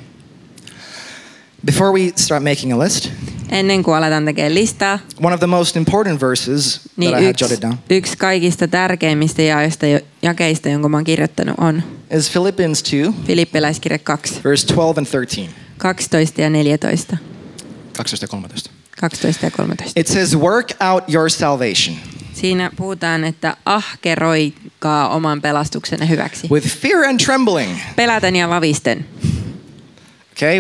Speaker 1: Before we start making a list,
Speaker 2: Ennen kuin aletaan tekemään listaa,
Speaker 1: one of the most important verses that I
Speaker 2: niin
Speaker 1: had
Speaker 2: yksi,
Speaker 1: jotted down
Speaker 2: yksi kaikista tärkeimmistä jaoista, jo- jakeista, jonka mä oon kirjoittanut, on
Speaker 1: is Philippians 2,
Speaker 2: Filippiläiskirja 2,
Speaker 1: verse 12 and 13.
Speaker 2: 12 ja 14, 12 ja 13.
Speaker 1: It says, Work out your salvation
Speaker 2: Siinä puhutaan, että ahkeroikaa oman pelastuksenne hyväksi.
Speaker 1: with fear and trembling.
Speaker 2: Peläten ja vavisten.
Speaker 1: Okay?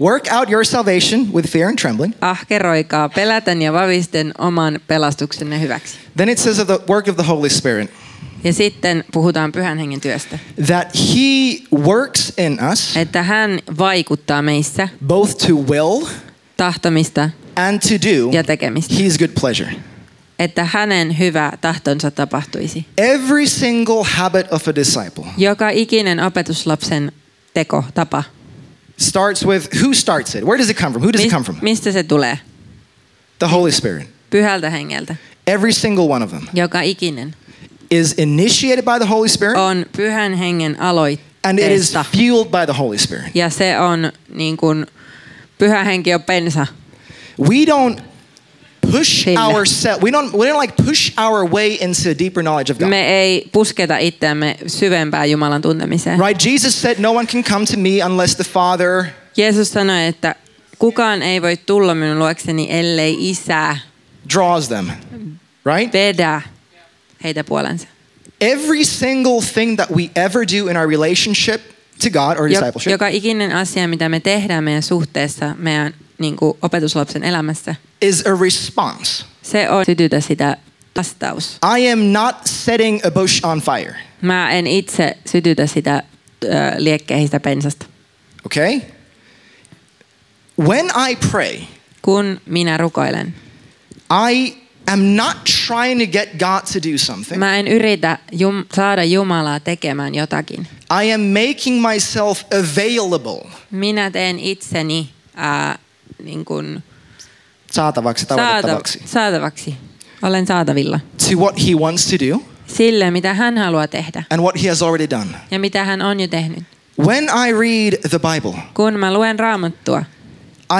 Speaker 1: Work out your salvation with fear and trembling.
Speaker 2: Ahkeroikaa peläten Ah, ja vavisten oman pelastuksenne hyväksi.
Speaker 1: Then it says of the work of the Holy Spirit
Speaker 2: Ja sitten puhutaan pyhän hengen työstä.
Speaker 1: that He works in us
Speaker 2: Että hän vaikuttaa meissä
Speaker 1: both to will
Speaker 2: tahtomista
Speaker 1: and to do
Speaker 2: ja tekemistä.
Speaker 1: His good pleasure.
Speaker 2: Että hänen hyvä tahtonsa tapahtuisi.
Speaker 1: Every single habit of a disciple
Speaker 2: Joka ikinen opetuslapsen teko, tapa.
Speaker 1: starts with who starts it? Where does it come from? Who does it come
Speaker 2: Mis-
Speaker 1: from?
Speaker 2: mistä se tulee?
Speaker 1: The Holy Spirit.
Speaker 2: Pyhältä hengeltä.
Speaker 1: Every single one of them
Speaker 2: Joka ikinen
Speaker 1: is initiated by the Holy Spirit
Speaker 2: on pyhän hengen
Speaker 1: and it is
Speaker 2: aloitteesta.
Speaker 1: fueled by the Holy Spirit.
Speaker 2: Ja se on niin kuin, pyhä henki on pensa.
Speaker 1: We don't push
Speaker 2: Sillä.
Speaker 1: ourselves. We don't we don't like push our way into a deeper knowledge of God.
Speaker 2: Me ei pusketa itseämme syvempään Jumalan tuntemiseen.
Speaker 1: Right? Jesus said, "No one can come to me unless the Father."
Speaker 2: Jeesus sanoi, että kukaan ei voi tulla minun luokseni, ellei isä
Speaker 1: draws them. Right?
Speaker 2: vedä heitä puolensa.
Speaker 1: Every single thing that we ever do in our relationship to God or
Speaker 2: Jo,
Speaker 1: discipleship
Speaker 2: joka ikinen asia, mitä me tehdään meidän suhteessa, meidän niin kuin opetuslapsen elämässä,
Speaker 1: is a response.
Speaker 2: se on sytytä sitä vastaus.
Speaker 1: I am not setting a bush on fire.
Speaker 2: Mä en itse sytytä sitä ö, liekkeistä pensasta.
Speaker 1: Okay? When I pray,
Speaker 2: Kun minä rukoilen,
Speaker 1: I am not trying to get God to do something.
Speaker 2: mä en yritä jum- saada Jumalaa tekemään jotakin.
Speaker 1: I am making myself available.
Speaker 2: Minä teen itseni ää, niin kuin
Speaker 1: Saatavaksi, tavoitettavaksi.
Speaker 2: saata- saatavaksi. Olen saatavilla.
Speaker 1: To what he wants to do
Speaker 2: Sille, mitä hän haluaa tehdä
Speaker 1: and what he has already done.
Speaker 2: ja mitä hän on jo tehnyt.
Speaker 1: When I read the Bible,
Speaker 2: Kun mä luen raamattua,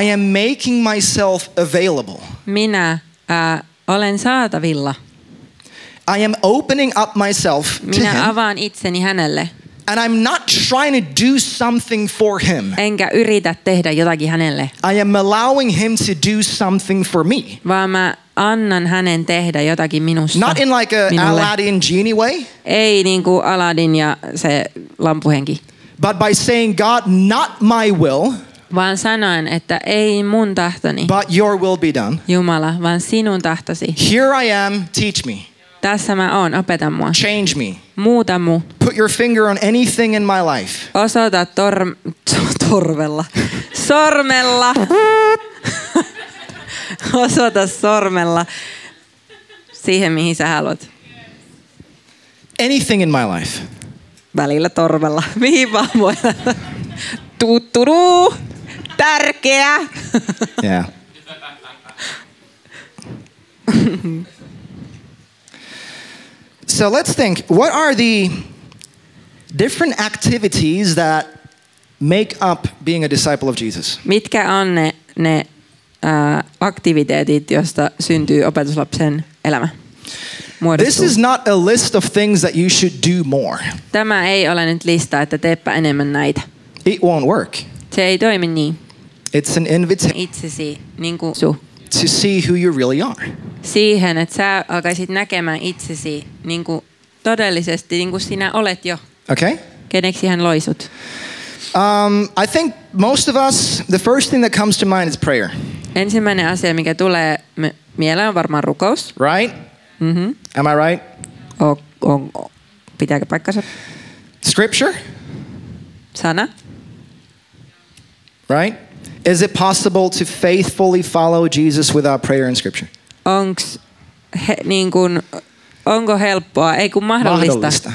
Speaker 1: I am making myself available.
Speaker 2: minä ää, olen saatavilla.
Speaker 1: I am opening up myself to
Speaker 2: Minä
Speaker 1: him,
Speaker 2: avaan itseni hänelle,
Speaker 1: and I'm not trying to do something for him.
Speaker 2: enkä yritä tehdä jotakin hänelle,
Speaker 1: I am allowing him to do something for me.
Speaker 2: vaan mä annan hänen tehdä jotakin minusta.
Speaker 1: Not in like a
Speaker 2: minulle.
Speaker 1: Aladdin genie way,
Speaker 2: Ei niin kuin Aladin ja se lampuhenki,
Speaker 1: but by saying, God, not my will,
Speaker 2: vaan sanoin, että ei mun tahtoni,
Speaker 1: but your will be done.
Speaker 2: Jumala, vaan sinun tahtosi.
Speaker 1: Here I am, teach me,
Speaker 2: Tässä mä oon, opeta mua.
Speaker 1: change me,
Speaker 2: Muuta mu.
Speaker 1: put your finger on anything in my life.
Speaker 2: Osoita tor- t- torvella. Sormella. Osoita sormella siihen, mihin sä haluat.
Speaker 1: Anything in my life.
Speaker 2: Välillä torvella. Mihin vaan voi. Tutturu. Tärkeä.
Speaker 1: Yeah. so let's think what are the different activities that make up being a disciple of Jesus?
Speaker 2: Mitkä on ne, ne ää, aktiviteetit, joista syntyy opetuslapsen elämä?
Speaker 1: This
Speaker 2: Muodostuu.
Speaker 1: is not a list of things that you should do more,
Speaker 2: Tämä ei ole nyt lista, että teepä enemmän näitä.
Speaker 1: it won't work.
Speaker 2: Se ei toimi niin.
Speaker 1: It's an invitation
Speaker 2: Itsesi niin kuin su.
Speaker 1: to see who you really are.
Speaker 2: siihen, että sä alkaisit näkemään itsesi niin kuin todellisesti, niin kuin sinä olet jo,
Speaker 1: Okay?
Speaker 2: keneksi hän loisut.
Speaker 1: Um, I think most of us, the first thing that comes to mind is prayer,
Speaker 2: Ensimmäinen asia, mikä tulee me- mieleen, on varmaan rukous.
Speaker 1: right?
Speaker 2: Mm-hmm.
Speaker 1: Am I right?
Speaker 2: On, on, on- pitääkö paikkansa?
Speaker 1: Scripture?
Speaker 2: Sana.
Speaker 1: right? Is it possible to faithfully follow Jesus without prayer and scripture?
Speaker 2: Onks he, niin kun, onko helppoa, ei kun mahdollista,
Speaker 1: Mahdollista.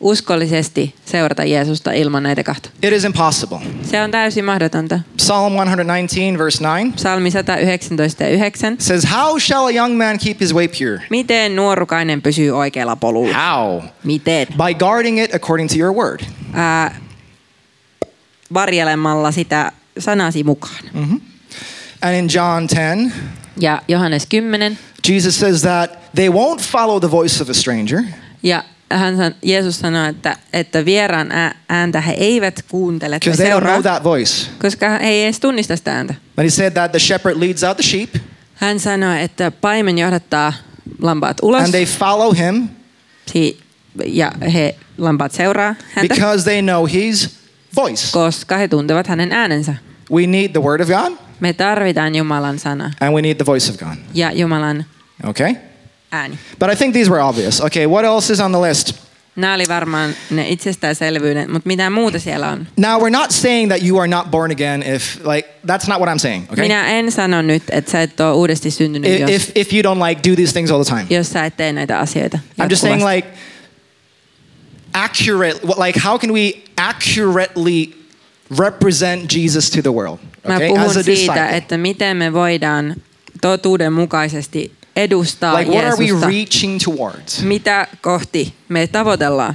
Speaker 2: uskollisesti seurata Jeesusta ilman näitä kahta?
Speaker 1: It is impossible.
Speaker 2: Se on täysin mahdotonta.
Speaker 1: Psalm 119, verse 9
Speaker 2: Psalmi 119 ja 9.
Speaker 1: says, How shall a young man keep his way pure?
Speaker 2: Miten nuorukainen pysyy oikealla polulla?
Speaker 1: How?
Speaker 2: Miten?
Speaker 1: By guarding it according to your word.
Speaker 2: Ää, varjelemalla sitä sanasi mukaan.
Speaker 1: Mm. And in John 10,
Speaker 2: Ja Johannes 10.
Speaker 1: Jesus says that they won't follow the voice of a stranger,
Speaker 2: Ja hän, san- Jeesus sanoi, että, että vieraan ä- ääntä he eivät kuuntele tai
Speaker 1: because they don't
Speaker 2: seuraa,
Speaker 1: know that voice.
Speaker 2: koska he ei edes tunnista sitä ääntä.
Speaker 1: But he said that the shepherd leads out the sheep,
Speaker 2: Hän sanoi, että paimen johdattaa lampaat ulos
Speaker 1: and they follow him
Speaker 2: si- ja he lampaat seuraa häntä,
Speaker 1: because they know his voice.
Speaker 2: koska he tuntevat hänen äänensä.
Speaker 1: We need the word of God,
Speaker 2: Me tarvitaan Jumalan sana
Speaker 1: and we need the voice of God.
Speaker 2: ja Jumalan
Speaker 1: Okay?
Speaker 2: ääni.
Speaker 1: But I think these were obvious. Okay, what else is on the list?
Speaker 2: Nämä oli varmaan ne itsestäänselvyydet, mutta mitä muuta siellä on?
Speaker 1: Now, we're not saying that you are not born again if, like, that's not what I'm saying, okay? E-
Speaker 2: Minä en sano nyt, että sä et ole uudesti syntynyt,
Speaker 1: if,
Speaker 2: jos,
Speaker 1: if, if you don't like do these things all the time.
Speaker 2: jos sä et tee näitä asioita.
Speaker 1: I'm just saying
Speaker 2: jatkuvasti.
Speaker 1: like accurate what- like how can we accurately represent Jesus to the world?
Speaker 2: Mä
Speaker 1: Okay?
Speaker 2: puhun
Speaker 1: As a
Speaker 2: siitä,
Speaker 1: disciple.
Speaker 2: että miten me voidaan totuudenmukaisesti edustaa
Speaker 1: like what are we
Speaker 2: Jeesusta.
Speaker 1: reaching towards?
Speaker 2: Mitä kohti me tavoitellaan?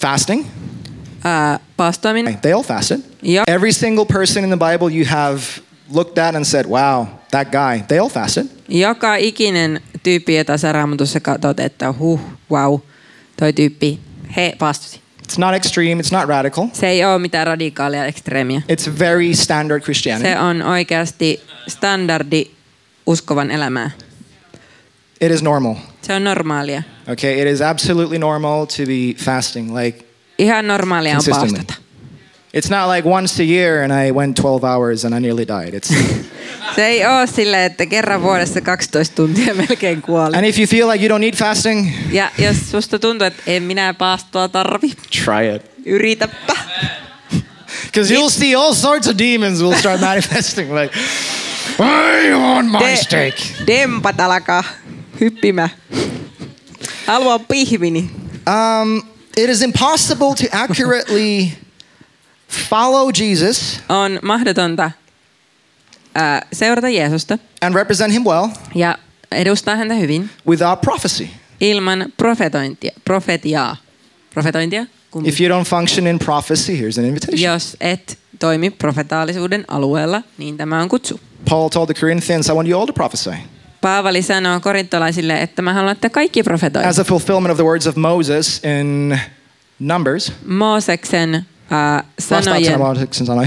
Speaker 1: Fasting?
Speaker 2: Ää, paastoaminen.
Speaker 1: They all fasted.
Speaker 2: Yeah.
Speaker 1: Every single person in the Bible you have looked at and said, "Wow, that guy." They all fasted.
Speaker 2: Joka ikinen tyyppi, jota sä raamatussa katsot, että huh, wow, toi tyyppi, he paastosi.
Speaker 1: It's not extreme, it's not radical.
Speaker 2: Se ei ole mitään radikaalia ekstreemiä.
Speaker 1: It's very standard Christianity.
Speaker 2: Se on oikeasti standardi uskovan elämää.
Speaker 1: It is normal.
Speaker 2: Se on normaalia.
Speaker 1: Okay, it is absolutely normal to be fasting like
Speaker 2: Ihan normaalia on
Speaker 1: Consistently.
Speaker 2: paastota.
Speaker 1: It's not like once a year and I went 12 hours and I nearly died. It's
Speaker 2: Se ei ole silleen, että kerran vuodessa 12 tuntia melkein kuoli.
Speaker 1: And if you feel like you don't need fasting,
Speaker 2: Ja jos susta tuntuu, että en minä paastoa tarvi,
Speaker 1: try it.
Speaker 2: yritäpä.
Speaker 1: Because you'll see all sorts of demons will start manifesting. Like, I want my
Speaker 2: De,
Speaker 1: steak.
Speaker 2: dempat alkaa hyppimä. Haluan pihvini.
Speaker 1: Um, it is impossible to accurately follow Jesus
Speaker 2: On mahdotonta ää, seurata Jeesusta
Speaker 1: and represent him well
Speaker 2: ja edustaa häntä hyvin
Speaker 1: without prophecy.
Speaker 2: ilman profetointia. Profetiaa. Profetointia? Kumpi?
Speaker 1: If you don't function in prophecy, here's an invitation.
Speaker 2: Jos et toimi profetaalisuuden alueella, niin tämä on kutsu.
Speaker 1: Paul told the Corinthians, I want you all to prophesy.
Speaker 2: Paavali sanoo korintolaisille, että mä haluan, että kaikki profetoi.
Speaker 1: As a fulfillment of the words of Moses in Numbers.
Speaker 2: Mooseksen äh, sanojen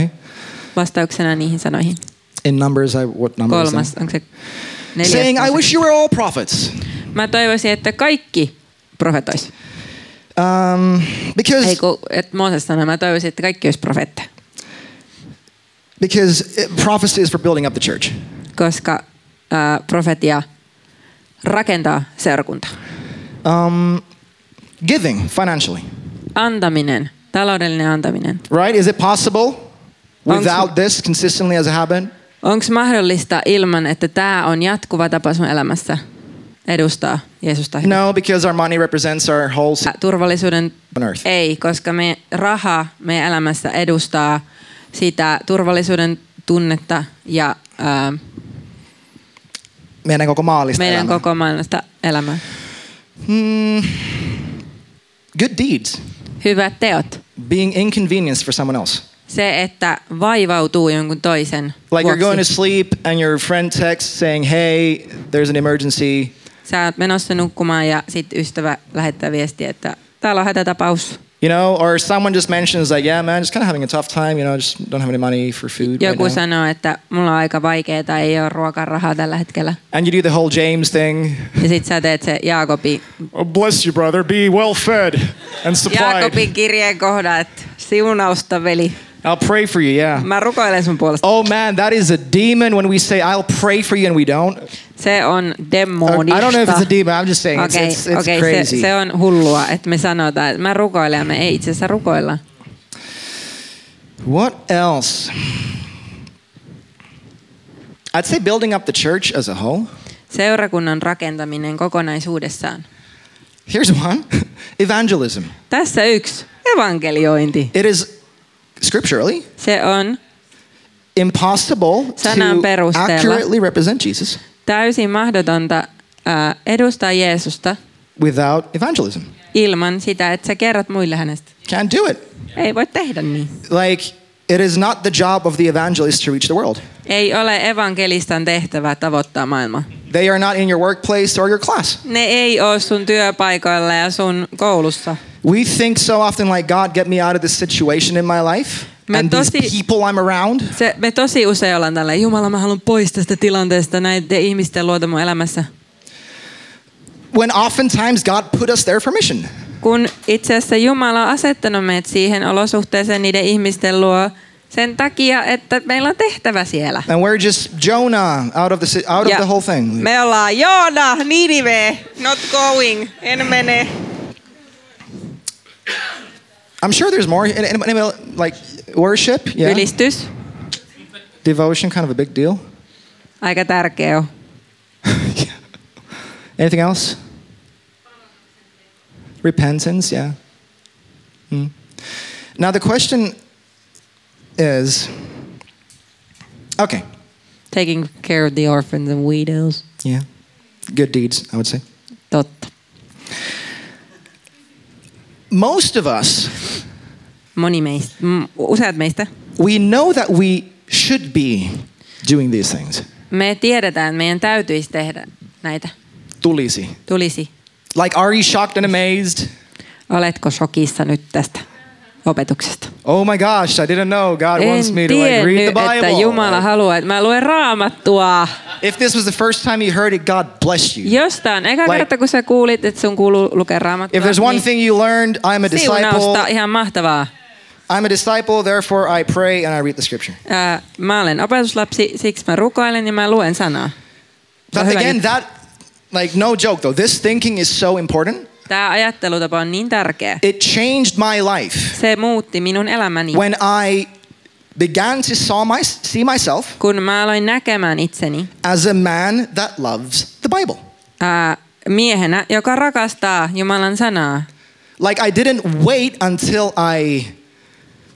Speaker 1: In
Speaker 2: vastauksena niihin sanoihin.
Speaker 1: Numbers, I, what number is
Speaker 2: Kolmas,
Speaker 1: that?
Speaker 2: onko se neljäs?
Speaker 1: Saying, I
Speaker 2: Mooses-
Speaker 1: wish you were all prophets.
Speaker 2: Mä toivoisin, että kaikki profetois.
Speaker 1: Um,
Speaker 2: Ei
Speaker 1: because
Speaker 2: kun, että Mooses sanoi, mä toivoisin, että kaikki olisi profetta.
Speaker 1: because it, prophecy is for building up the church.
Speaker 2: Koska äh, profetia rakentaa seurakuntaa.
Speaker 1: Um, giving financially,
Speaker 2: Antaminen, taloudellinen antaminen.
Speaker 1: right? Is it possible without this consistently as a habit?
Speaker 2: Onko mahdollista ilman, että tämä on jatkuva tapa sun elämässä edustaa Jeesusta? hyvin?
Speaker 1: No, because our money represents our whole s-
Speaker 2: Turvallisuuden
Speaker 1: on earth.
Speaker 2: ei, koska me raha meidän elämässä edustaa sitä turvallisuuden tunnetta ja ää,
Speaker 1: Meidän koko maallista
Speaker 2: meidän
Speaker 1: elämää.
Speaker 2: koko maailmasta elämää.
Speaker 1: Hmm. Good deeds,
Speaker 2: Hyvät teot.
Speaker 1: being inconvenienced for someone else.
Speaker 2: Se, että vaivautuu jonkun toisen
Speaker 1: Like you're going to
Speaker 2: vuoksi.
Speaker 1: sleep and your friend texts saying, "Hey, there's an emergency."
Speaker 2: Sä oot menossa nukkumaan ja sit ystävä lähettää viestiä, että täällä on hätätapaus.
Speaker 1: You know, or someone just mentions that, "Yeah, man, just kind of having a tough time. You know, just don't have any money for food." Right
Speaker 2: Joku
Speaker 1: now.
Speaker 2: sanoo, että mulla on aika vaikeaa tai ei ole ruokarahaa tällä hetkellä.
Speaker 1: And you do the whole James thing.
Speaker 2: Ja sit sä teet se Jaakobi,
Speaker 3: Oh, bless you, brother. Be well fed and supplied.
Speaker 2: Jaakobin kirjeen kohdan, että siunausta veli.
Speaker 1: I'll pray for you. Yeah.
Speaker 2: Mä rukoilen sun puolesta.
Speaker 1: Oh man, that is a demon when we say, I'll pray for you and we don't. Uh,
Speaker 2: Se on
Speaker 1: I
Speaker 2: demonista.
Speaker 1: don't know if it's a demon, I'm just saying it's,
Speaker 2: Okei,
Speaker 1: it's, it's
Speaker 2: okei,
Speaker 1: crazy.
Speaker 2: se, se on hullua, että me sanotaan, että mä rukoilen ja me ei itse asiassa rukoilla.
Speaker 1: What else? I'd say building up the church as a whole.
Speaker 2: Seurakunnan rakentaminen kokonaisuudessaan.
Speaker 1: Here's one evangelism.
Speaker 2: Tässä yksi, evankeliointi.
Speaker 1: It is scripturally
Speaker 2: Se on
Speaker 1: impossible
Speaker 2: Sanan
Speaker 1: to
Speaker 2: perusteella.
Speaker 1: accurately represent Jesus
Speaker 2: täysin mahdotonta ää, edustaa Jeesusta
Speaker 1: without evangelism.
Speaker 2: ilman sitä, että sä kerrot muille hänestä.
Speaker 1: Can't do it.
Speaker 2: Ei voi tehdä niin.
Speaker 1: Like, it is not the job of the evangelist to reach the world.
Speaker 2: Ei ole evankelistan tehtävä tavoittaa maailmaa.
Speaker 1: They are not in your workplace or your class.
Speaker 2: Ne ei ole sun työpaikoilla ja sun koulussa.
Speaker 1: We think so often, like, God, get me out of this situation in my life
Speaker 2: Me
Speaker 1: and these
Speaker 2: tosi-
Speaker 1: people I'm around.
Speaker 2: Se, me tosi usein ollaan tällä, Jumala mä haluan pois tästä tilanteesta näiden ihmisten luota mun elämässä.
Speaker 1: When oftentimes God put us there for mission.
Speaker 2: Kun itse asiassa Jumala on asettanut meidät siihen olosuhteeseen niiden ihmisten luo sen takia, että meillä on tehtävä siellä.
Speaker 1: And we're just Jonah out of the, si- out of the whole thing.
Speaker 2: me ollaan Joona, Ninive, not going, en mene.
Speaker 1: I'm sure there's more. Any- Anybody, anybody like worship? Yeah.
Speaker 2: Ylistys,
Speaker 1: Devotion, kind of a big deal.
Speaker 2: aika tärkeä on.
Speaker 1: Anything else? Repentance, yeah. Hmm. Now the question is okay,
Speaker 2: Taking care of the orphans and widows.
Speaker 1: yeah, good deeds, I would say.
Speaker 2: Totta.
Speaker 1: Most of us,
Speaker 2: Moni meistä, mm, useat meistä.
Speaker 1: we know that we should be doing these things.
Speaker 2: Me tiedetään, että meidän täytyisi tehdä näitä.
Speaker 1: Tulisi.
Speaker 2: Tulisi.
Speaker 1: Like, are you shocked and amazed?
Speaker 2: Oletko shokissa nyt tästä opetuksesta?
Speaker 1: Oh my gosh, I didn't know God
Speaker 2: En
Speaker 1: wants me to like, read the
Speaker 2: tiennyt, että Jumala
Speaker 1: Bible.
Speaker 2: haluaa, että mä luen raamattua.
Speaker 1: If this was the first time you heard it, God bless you.
Speaker 2: Jostain. Eka
Speaker 1: Like-
Speaker 2: kerta, kun sä kuulit, että sun kuuluu lukea raamattua. niin
Speaker 1: If there's one thing you learned, I'm a disciple.
Speaker 2: siunausta. Ihan mahtavaa.
Speaker 1: I'm a disciple, therefore I pray and I read the scripture.
Speaker 2: Ää, Mä olen opetuslapsi, siksi mä rukoilen ja mä luen sanaa.
Speaker 1: But
Speaker 2: hyvä
Speaker 1: again,
Speaker 2: juttu.
Speaker 1: that, like, no joke though, this thinking is so important.
Speaker 2: Tämä ajattelutapa on niin tärkeä.
Speaker 1: It changed my life
Speaker 2: Se muutti minun elämäni.
Speaker 1: when I began to saw my, see myself
Speaker 2: Kun mä aloin näkemään itseni
Speaker 1: as a man that loves the Bible.
Speaker 2: ää, miehenä, joka rakastaa Jumalan sanaa.
Speaker 1: Like, I didn't wait until I,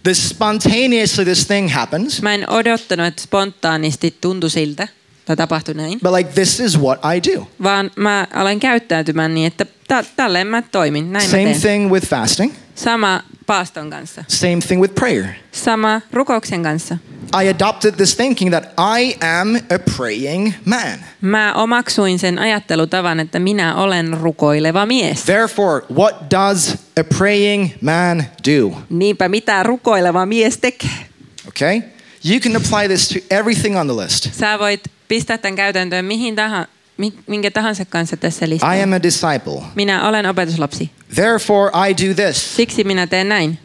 Speaker 1: this spontaneously, this thing happens,
Speaker 2: Mä en odottanut, että spontaanisti tuntui siltä, tai tapahtui näin,
Speaker 1: but like, this is what I do.
Speaker 2: vaan mä aloin käyttäytymään niin, että tä- tälleen mä toimin, näin mä
Speaker 1: Same
Speaker 2: teen.
Speaker 1: thing with fasting,
Speaker 2: Sama paaston kanssa,
Speaker 1: same thing with prayer.
Speaker 2: sama rukouksen kanssa.
Speaker 1: I adopted this thinking that I am a praying man.
Speaker 2: Mä omaksuin sen ajattelutavan, että minä olen rukoileva mies.
Speaker 1: Therefore, what does a praying man do?
Speaker 2: Niinpä mitä rukoileva mies tekee.
Speaker 1: Okay? You can apply this to everything on the list.
Speaker 2: Sä voit pistää tämän käytäntöön mihin tahansa, minkä tahansa kanssa tässä
Speaker 1: I
Speaker 2: listalla.
Speaker 1: am a disciple.
Speaker 2: Minä olen opetuslapsi.
Speaker 1: Therefore, I do this.
Speaker 2: Siksi minä teen näin.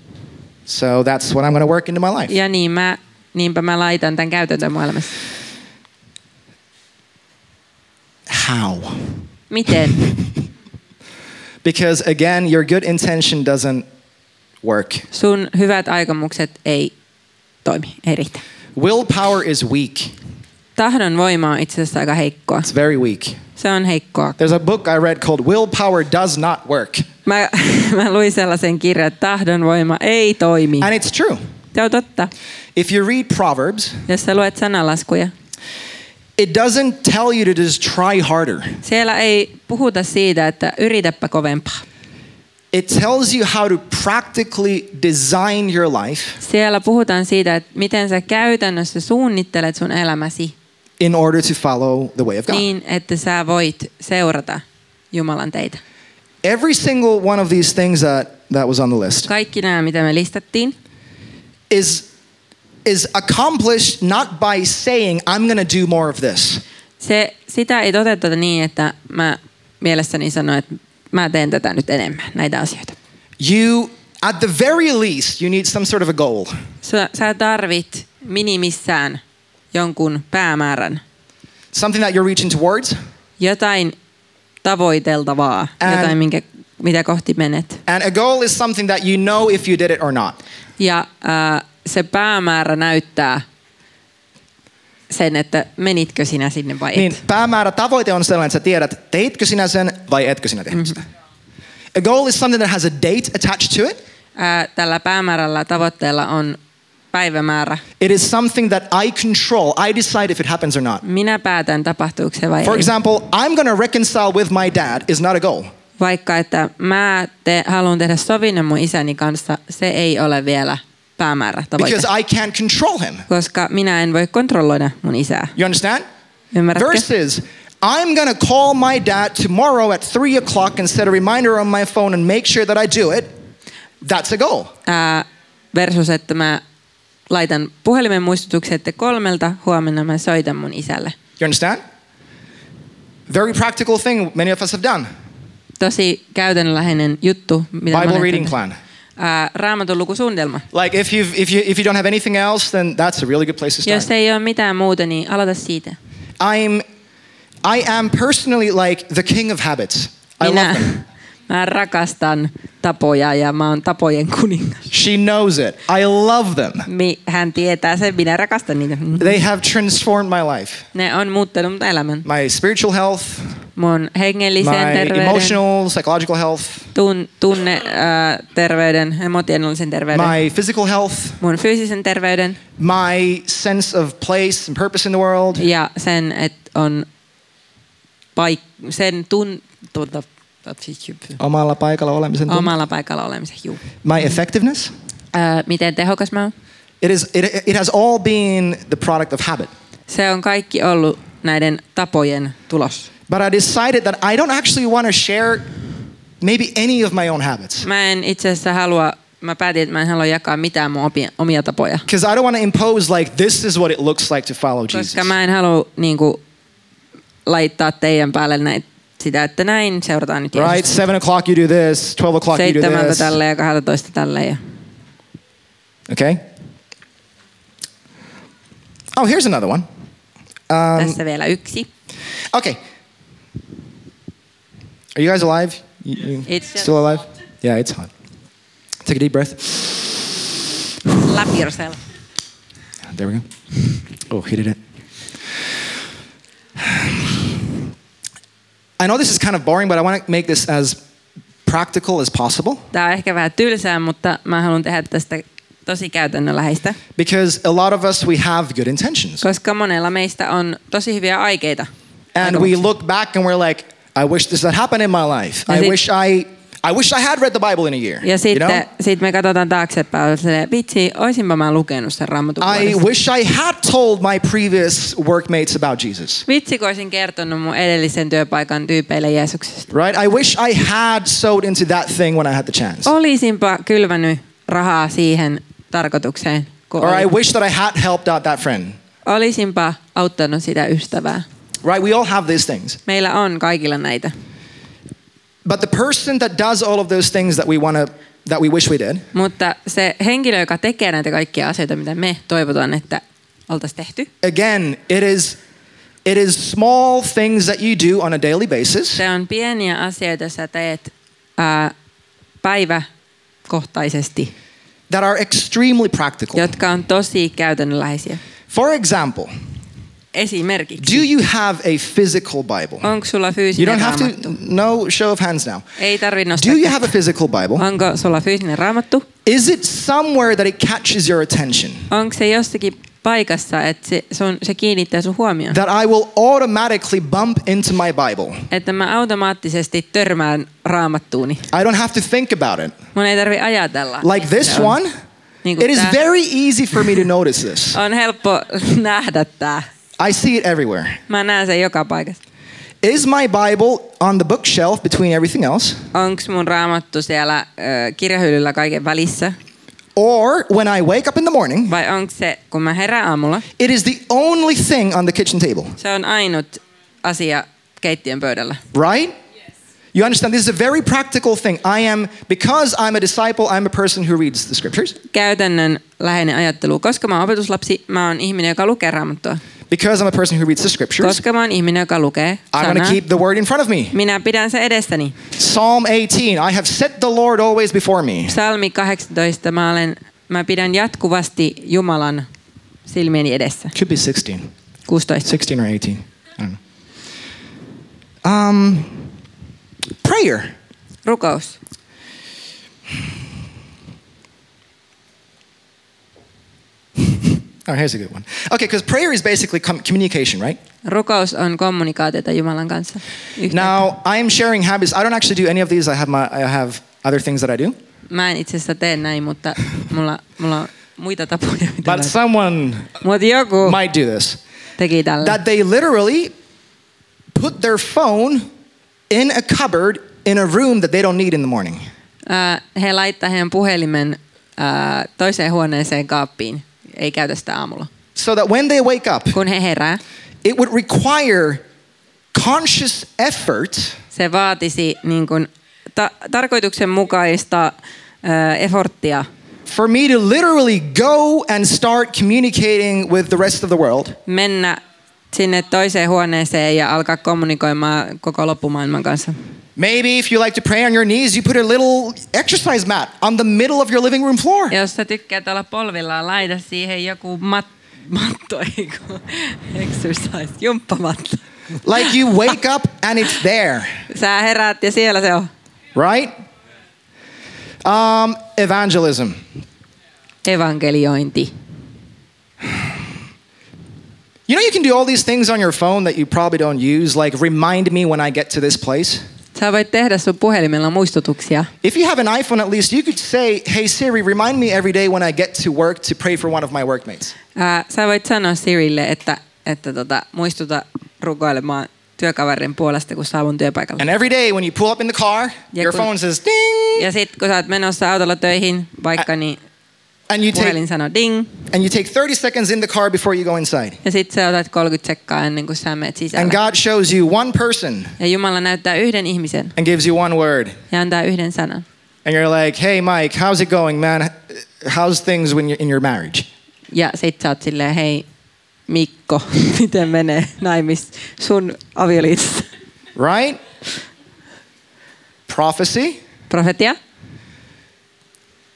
Speaker 1: So that's what I'm going to work into my life.
Speaker 2: Ja niin mä, niinpä mä laitan tämän käytäntöön mun elämässä.
Speaker 1: How?
Speaker 2: Miten?
Speaker 1: Because again, your good intention doesn't work.
Speaker 2: Sun hyvät aikomukset ei toimi, ei riitä.
Speaker 1: Willpower is weak.
Speaker 2: Tahdon voima on itse asiassa aika heikkoa.
Speaker 1: It's very weak.
Speaker 2: Se on heikkoa.
Speaker 1: There's a book I read called Willpower Does Not Work.
Speaker 2: Mä, mä luin sellaisen kirjan, että tahdon voima ei toimi.
Speaker 1: And it's true.
Speaker 2: Se on totta.
Speaker 1: If you read Proverbs,
Speaker 2: Jos sä luet sanalaskuja.
Speaker 1: it doesn't tell you to just try harder.
Speaker 2: Siellä ei puhuta siitä, että yritäpä kovempaa.
Speaker 1: It tells you how to practically design your life
Speaker 2: Siellä puhutaan siitä, että miten sä käytännössä suunnittelet sun elämäsi
Speaker 1: in order to follow the way of God.
Speaker 2: niin, että sä voit seurata Jumalan teitä.
Speaker 1: Every single one of these things that, that was on the list
Speaker 2: Kaikki nämä, mitä me listattiin,
Speaker 1: is, is accomplished not by saying, I'm going to do more of this,
Speaker 2: se, sitä ei toteuteta niin, että mä mielessäni sanon, että mä teen tätä nyt enemmän, näitä asioita.
Speaker 1: you, at the very least, you need some sort of a goal.
Speaker 2: Sä, sä tarvit minimissään jonkun päämäärän,
Speaker 1: Something that you're reaching towards,
Speaker 2: jotain tavoiteltavaa,
Speaker 1: Ään-
Speaker 2: jotain, minkä, mitä kohti menet.
Speaker 1: and a goal is something that you know if you did it or not.
Speaker 2: Ja ää, se päämäärä näyttää, sen, että menitkö sinä sinne vai et.
Speaker 1: Niin päämäärä, tavoite on sellainen, että sä tiedät, teitkö sinä sen vai etkö sinä tehnyt sitä. A goal is something that has a date attached to it.
Speaker 2: Ää, tällä päämäärällä tavoitteella on päivämäärä.
Speaker 1: It is something that I control. I decide if it happens or not.
Speaker 2: Minä päätän, tapahtuuko se vai
Speaker 1: For
Speaker 2: ei.
Speaker 1: example, I'm going to reconcile with my dad is not a goal.
Speaker 2: Vaikka, että mä te, haluan tehdä sovinnon mun isäni kanssa, se ei ole vielä päämäärä tavoite.
Speaker 1: Because I can't control him.
Speaker 2: Koska minä en voi kontrolloida mun isää.
Speaker 1: You understand?
Speaker 2: Ymmärrätkö?
Speaker 1: Versus, I'm going to call my dad tomorrow at 3 o'clock and set a reminder on my phone and make sure that I do it. That's a goal.
Speaker 2: Ää, versus, että mä laitan puhelimen muistutuksen, että kolmelta huomenna mä soitan mun isälle.
Speaker 1: You understand? Very practical thing many of us have done.
Speaker 2: Tosi käytännönläheinen juttu. Mitä
Speaker 1: Bible
Speaker 2: monet
Speaker 1: reading
Speaker 2: on-
Speaker 1: plan.
Speaker 2: Ää, raamatun lukusuunnitelma.
Speaker 1: Like if you if you if you don't have anything else, then that's a really good place to start.
Speaker 2: Jos ei ole mitään muuta, niin aloita siitä.
Speaker 1: I'm I am personally like the king of habits. I love
Speaker 2: Minä,
Speaker 1: them.
Speaker 2: mä rakastan tapoja ja mä oon tapojen kuningas.
Speaker 1: She knows it. I love them.
Speaker 2: Mi, hän tietää sen, minä rakastan niitä.
Speaker 1: They have transformed my life.
Speaker 2: Ne on muuttanut mun elämän.
Speaker 1: My spiritual health,
Speaker 2: Mun hengellisen
Speaker 1: my
Speaker 2: terveyden,
Speaker 1: emotional, psychological health,
Speaker 2: tun, tunne, äh, terveyden, emotionaalisen terveyden,
Speaker 1: my physical health,
Speaker 2: mun fyysisen terveyden
Speaker 1: my sense of place and purpose in the world.
Speaker 2: ja sen, että on paik, sen tun, tuota,
Speaker 1: Omalla paikalla olemisen tuntu.
Speaker 2: omalla paikalla olemisen. Juu.
Speaker 1: My effectiveness.
Speaker 2: Äh, miten tehokas mä oon?
Speaker 1: It is it, it has all been the product of habit.
Speaker 2: Se on kaikki ollut näiden tapojen tulos.
Speaker 1: But I decided that I don't actually want to share maybe any of my own habits
Speaker 2: Mä en itse asiassa halua, mä päätin, että mä en halua jakaa mitään mun opi, omia tapoja.
Speaker 1: because I don't want to impose like this is what it looks like to follow Jesus.
Speaker 2: Koska mä en halua niin kuin, laittaa teidän päälle näitä, sitä, että näin seurataan nyt
Speaker 1: Right,
Speaker 2: Jeesusta.
Speaker 1: seven o'clock you do this, twelve o'clock you do
Speaker 2: Seitsemältä
Speaker 1: this.
Speaker 2: tälle ja 12 tälle. Ja.
Speaker 1: Okay. Oh, here's another one. Ähm.
Speaker 2: Tässä vielä yksi.
Speaker 1: Okay. Are you guys alive? You- you
Speaker 2: It's just
Speaker 1: still alive? Yeah, it's hot. Take a deep breath.
Speaker 2: Love yourself.
Speaker 1: There we go. Oh, he did it. I know this is kind of boring, but I want to make this as practical as possible
Speaker 2: Tämä on ehkä vähän tylsää, mutta mä haluan tehdä tästä tosi käytännönläheistä,
Speaker 1: because a lot of us, we have good intentions.
Speaker 2: koska monella meistä on tosi hyviä aikeita.
Speaker 1: And we
Speaker 2: Aikomuksia.
Speaker 1: look back and we're like, I wish this had happened in my life.
Speaker 2: Ja
Speaker 1: I
Speaker 2: sit-
Speaker 1: wish I, I wish I had read the Bible in a year.
Speaker 2: Ja
Speaker 1: you
Speaker 2: sitten
Speaker 1: know?
Speaker 2: sit me katsotaan taaksepäin, että vitsi, oisinpa mä lukenut sen raamatun
Speaker 1: I
Speaker 2: vuodesta.
Speaker 1: wish I had told my previous workmates about Jesus.
Speaker 2: Vitsi, kun olisin kertonut mun edellisen työpaikan tyypeille Jeesuksesta.
Speaker 1: Right? I wish I had sewed into that thing when I had the chance.
Speaker 2: Oh, Olisinpa kylvänyt rahaa siihen tarkoitukseen, kun
Speaker 1: Or I
Speaker 2: oli.
Speaker 1: wish that I had helped out that friend.
Speaker 2: olisinpa auttanut sitä ystävää.
Speaker 1: Right? We all have these things.
Speaker 2: Meillä on kaikilla näitä.
Speaker 1: But the person that does all of those things that we want to that we wish we did
Speaker 2: Mutta se henkilö, joka tekee näitä kaikkia asioita, mitä me toivotaan, että oltaisiin tehty,
Speaker 1: again it is it is small things that you do on a daily basis
Speaker 2: se on pieniä asioita, sä teet ää, päiväkohtaisesti,
Speaker 1: that are extremely practical
Speaker 2: jotka on tosi käytännönläheisiä.
Speaker 1: for example
Speaker 2: Esimerkiksi,
Speaker 1: do you have a physical bible
Speaker 2: onko sulla
Speaker 1: you
Speaker 2: fyysinen
Speaker 1: don't have
Speaker 2: raamattu?
Speaker 1: to no show of hands now
Speaker 2: Ei tarvi
Speaker 1: do
Speaker 2: nostaa.
Speaker 1: you
Speaker 2: kättä.
Speaker 1: have a physical bible
Speaker 2: Onko sulla fyysinen raamattu?
Speaker 1: is it somewhere that it catches your attention
Speaker 2: Onko se jostakin paikassa, että se, sun, se kiinnittää sun huomioon?
Speaker 1: that i will automatically bump into my bible
Speaker 2: Että mä automaattisesti törmään raamattuuni.
Speaker 1: i don't have to think about it
Speaker 2: Mun ei tarvi ajatella.
Speaker 1: like this
Speaker 2: Se on-
Speaker 1: one
Speaker 2: Niin
Speaker 1: it
Speaker 2: kuin
Speaker 1: is
Speaker 2: tää.
Speaker 1: very easy for me to notice this
Speaker 2: On helppo nähdä tää.
Speaker 1: i see it everywhere
Speaker 2: Mä näen sen joka paikassa.
Speaker 1: Is my Bible on the bookshelf between everything else?
Speaker 2: Onko mun raamattu siellä ö, kirjahyllyllä kaiken välissä?
Speaker 1: Or when I wake up in the morning,
Speaker 2: Vai onko se, kun mä herään aamulla,
Speaker 1: it is the only thing on the kitchen table,
Speaker 2: se on ainut asia keittiön pöydällä.
Speaker 1: right? You understand? This is a very practical thing. I am, because I'm a disciple, I'm a person who reads the scriptures.
Speaker 2: Käytännön läheinen ajattelu. Koska mä oon opetuslapsi, mä oon ihminen, joka lukee raamattua.
Speaker 1: Because I'm a person who reads the scriptures,
Speaker 2: Koska mä oon ihminen, joka lukee
Speaker 1: I'm going
Speaker 2: sanaa,
Speaker 1: to keep the word in front of me.
Speaker 2: minä pidän sen edestäni.
Speaker 1: Psalm 18 I have set the Lord always before me.
Speaker 2: Psalmi 18, mä, olen, mä pidän jatkuvasti Jumalan silmieni edessä.
Speaker 1: Could be 16.
Speaker 2: 16.
Speaker 1: 16 or 18. I don't know. Um, prayer.
Speaker 2: Rukous.
Speaker 1: Oh, here's a good one. Okay, because prayer is basically com- communication, right?
Speaker 2: Rukous on kommunikaatiota Jumalan kanssa. Yhteyttä.
Speaker 1: Now, I am sharing habits. I don't actually do any of these. I have my, I have other things that I do.
Speaker 2: Mä en itse asiassa tee näin, mutta mulla, mulla on muita tapoja, mitä
Speaker 1: But
Speaker 2: mä...
Speaker 1: someone
Speaker 2: Mutta joku
Speaker 1: might do this.
Speaker 2: teki tällä.
Speaker 1: Oh. That they literally put their phone in a cupboard in a room that they don't need in the morning.
Speaker 2: Ää, he laittaa heidän puhelimen ää, toiseen huoneeseen kaappiin. Ei käytä sitä aamulla.
Speaker 1: So that when they wake up,
Speaker 2: Kun he herää,
Speaker 1: it would require conscious effort
Speaker 2: se vaatisi niin kun, ta- tarkoituksenmukaista ää, eforttia
Speaker 1: for me to literally go and start communicating with the rest of the world
Speaker 2: mennä sinne toiseen huoneeseen ja alkaa kommunikoimaan koko loppumaailman kanssa.
Speaker 1: Maybe if you like to pray on your knees, you put a little exercise mat on the middle of your living room floor.
Speaker 2: Jos sä tykkäät olla polvillaan, laita siihen joku mat, matto, eikö? Exercise, jumppamatto.
Speaker 1: Like you wake up and it's there,
Speaker 2: Sä heräät ja siellä se on.
Speaker 1: right? Um, evangelism.
Speaker 2: Evankeliointi.
Speaker 1: You know, you can do all these things on your phone that you probably don't use, like remind me when I get to this place.
Speaker 2: Sä voit tehdä sun puhelimella muistutuksia.
Speaker 1: If you have an iPhone, at least you could say, Hey Siri, remind me every day when I get to work to pray for one of my workmates.
Speaker 2: Ää, sä voit sanoa Sirille, että, että tota, muistuta rukoilemaan työkaverin puolesta, kun saavun työpaikalle.
Speaker 1: And every day when you pull up in the car,
Speaker 2: Yeah,
Speaker 1: your
Speaker 2: cool.
Speaker 1: phone says ding,
Speaker 2: Ja sit kun sä oot menossa autolla töihin, vaikka niin
Speaker 1: and you
Speaker 2: puhelin
Speaker 1: take
Speaker 2: sanoo ding.
Speaker 1: and you take 30 seconds in the car before you go inside.
Speaker 2: Ja sit sä otat 30 sekkaa ennen kuin sä menet
Speaker 1: And
Speaker 2: sisälle.
Speaker 1: God shows you one person
Speaker 2: Ja Jumala näyttää yhden ihmisen
Speaker 1: and gives you one word.
Speaker 2: ja antaa yhden sanan.
Speaker 1: And you're like, hey, Mike, how's it going, man? How's things when you're in your marriage?
Speaker 2: Ja sit sä oot silleen, hei Mikko, miten menee naimis sun avioliitossa?
Speaker 1: Right? Prophecy.
Speaker 2: Profetia,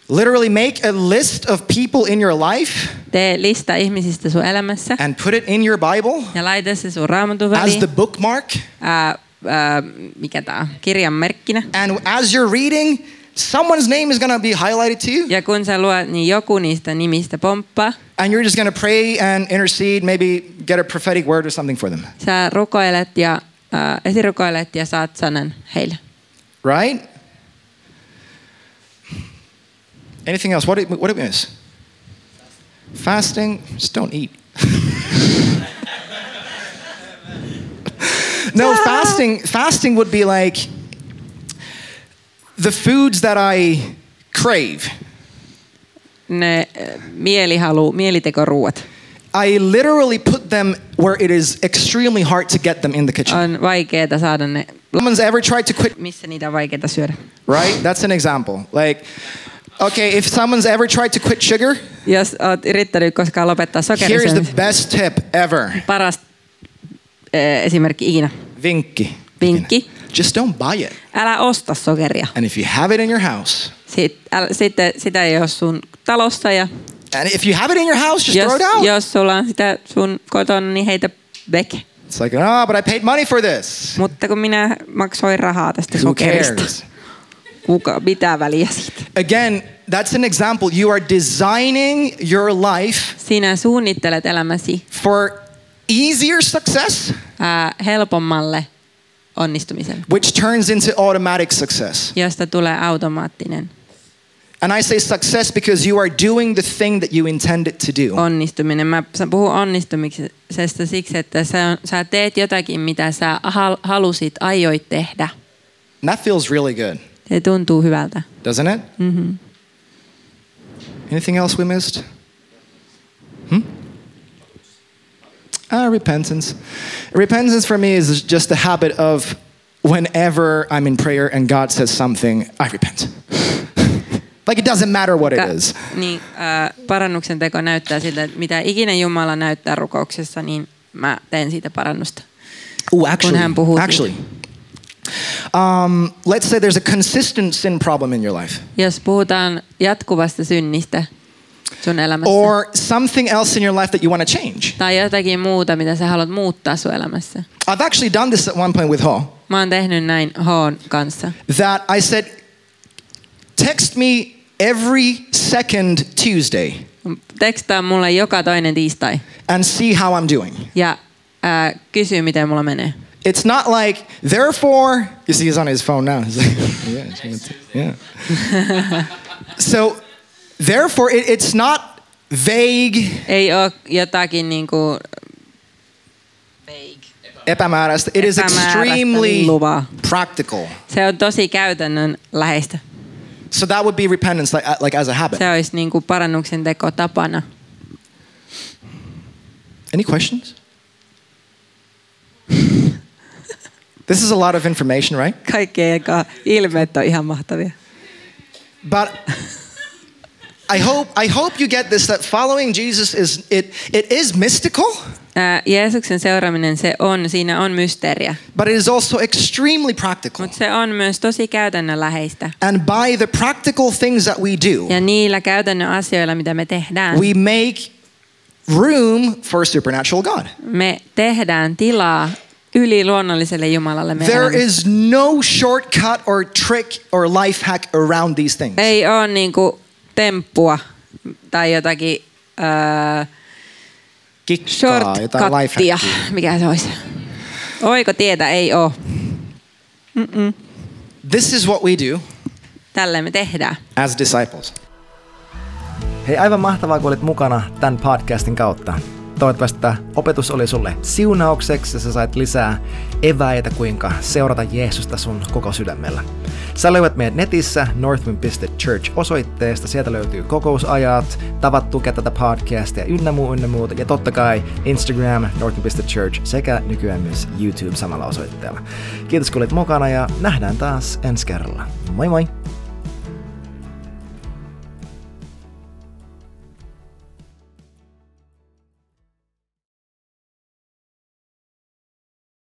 Speaker 1: Literally make a list of people in your life
Speaker 2: tee lista ihmisistä sun elämässä
Speaker 1: and put it in your Bible
Speaker 2: ja laita se sun raamatun
Speaker 1: as
Speaker 2: väliin.
Speaker 1: the bookmark.
Speaker 2: ää, ää, mikä tää on, kirjanmerkkinä.
Speaker 1: And as you're reading, someone's name is going to be highlighted to you.
Speaker 2: Ja kun sä luot, niin joku niistä nimistä pomppaa.
Speaker 1: And you're just going to pray and intercede, maybe get a prophetic word or something for them.
Speaker 2: Sä rukoilet ja ää, esirukoilet ja saat sanan heille.
Speaker 1: Right? Anything else? What did, what did we miss? Fasting, just don't eat. no, fasting fasting would be like the foods that I crave.
Speaker 2: Ne ää, mielihalu, mielitekoruuat.
Speaker 1: I literally put them where it is extremely hard to get them in the kitchen.
Speaker 2: On vaikeeta saada ne,
Speaker 1: Someone's ever tried to quit
Speaker 2: missä niitä on vaikeeta syödä.
Speaker 1: right? That's an example. Like, okay, if someone's ever tried to quit sugar,
Speaker 2: Jos oot yrittänyt koskaan lopettaa
Speaker 1: here is the
Speaker 2: sokerisyömisen,
Speaker 1: best tip ever.
Speaker 2: paras ää, esimerkki ikinä.
Speaker 1: Vinky.
Speaker 2: Vinkki.
Speaker 1: Just don't buy it.
Speaker 2: Älä osta sokeria.
Speaker 1: And if you have it in your house,
Speaker 2: Sit, äl, sitten sitä ei ole sun talossa ja
Speaker 1: and if you have it in your house, just
Speaker 2: jos,
Speaker 1: throw it out.
Speaker 2: jos sulla on sitä sun kotona, niin heitä veke.
Speaker 1: It's like, ah, but I paid money for this.
Speaker 2: Mutta kun minä maksoin rahaa tästä
Speaker 1: Who
Speaker 2: sokerista,
Speaker 1: cares?
Speaker 2: kuka, mitä väliä siitä?
Speaker 1: Again, that's an example. You are designing your life
Speaker 2: Sinä suunnittelet elämäsi
Speaker 1: for easier success,
Speaker 2: ää, helpommalle onnistumiselle,
Speaker 1: which turns into automatic success.
Speaker 2: josta tulee automaattinen
Speaker 1: And I say success because you are doing the thing that you intended to do.
Speaker 2: onnistuminen. Mä sa- puhun onnistumisesta siksi, että sä, on- sä teet jotakin, mitä sä hal- halusit, aioit tehdä.
Speaker 1: And that feels really good.
Speaker 2: Se tuntuu hyvältä.
Speaker 1: doesn't it? Mm-hmm. Anything else we missed? Hmm? Ah, repentance. Repentance for me is just the habit of whenever I'm in prayer and God says something, I repent. like it doesn't matter what it is.
Speaker 2: Niin, ää, parannuksen teko näyttää siltä, että mitä ikinä Jumala näyttää rukouksessa, niin mä teen siitä parannusta.
Speaker 1: Oh, actually,
Speaker 2: hän puhuu
Speaker 1: actually. Um, let's say there's a consistent sin problem in your life.
Speaker 2: Jos puhutaan jatkuvasta synnistä, sun elämässä.
Speaker 1: or something else in your life that you want to change.
Speaker 2: tai jotakin muuta, mitä sä haluat muuttaa sun elämässä.
Speaker 1: I've actually done this at one point with Ho,
Speaker 2: Mä oon tehnyt näin Hoon kanssa.
Speaker 1: that I said, text me every second Tuesday
Speaker 2: Tekstaa mulle joka toinen tiistai
Speaker 1: and see how I'm doing.
Speaker 2: ja ää, kysy, miten mulla menee.
Speaker 1: It's not like, therefore, you see, he's on his phone now. He's like, yeah, it's gonna t- yeah. so, therefore, it, it's not vague,
Speaker 2: Ei oo jotakin niinku... Vague.
Speaker 1: epämääräistä. It is
Speaker 2: Epämääräistä
Speaker 1: extremely
Speaker 2: luvaa.
Speaker 1: practical.
Speaker 2: Se on tosi käytännön läheistä.
Speaker 1: So that would be repentance, like, uh, like as a habit.
Speaker 2: Se olisi niinku parannuksen teko tapana.
Speaker 1: Any questions? this is a lot of information, right?
Speaker 2: Kaikki eka ilmeet on ihan mahtavia.
Speaker 1: But I hope I hope you get this that following Jesus is it it is mystical,
Speaker 2: Ää, Jeesuksen seuraaminen, se on, siinä on mysteeriä.
Speaker 1: but it is also extremely practical.
Speaker 2: Mutta se on myös tosi käytännönläheistä.
Speaker 1: And by the practical things that we do,
Speaker 2: Ja niillä käytännön asioilla, mitä me tehdään,
Speaker 1: we make room for a supernatural God.
Speaker 2: me tehdään tilaa yliluonnolliselle Jumalalle. meidän
Speaker 1: There
Speaker 2: elämässä.
Speaker 1: is no shortcut or trick or life hack around these things.
Speaker 2: Ei ole niinku temppua tai jotakin äh,
Speaker 1: Kikkaa, jotain life
Speaker 2: shortcuttia,
Speaker 1: hackia.
Speaker 2: mikä se olisi. Oiko tietä? Ei ole.
Speaker 1: This is what we do
Speaker 2: Tällä me tehdään.
Speaker 1: as disciples.
Speaker 4: Hei, aivan mahtavaa, kun olit mukana tämän podcastin kautta. Toivottavasti tämä opetus oli sulle siunaukseksi ja sä sait lisää eväitä, kuinka seurata Jeesusta sun koko sydämellä. Sä löydät meidät netissä northwind.church osoitteesta. Sieltä löytyy kokousajat, tavat tukea tätä podcastia ynnä muu, ynnä muuta. Ja totta kai Instagram, northwind.church sekä nykyään myös YouTube samalla osoitteella. Kiitos kun olit mukana ja nähdään taas ensi kerralla. Moi moi!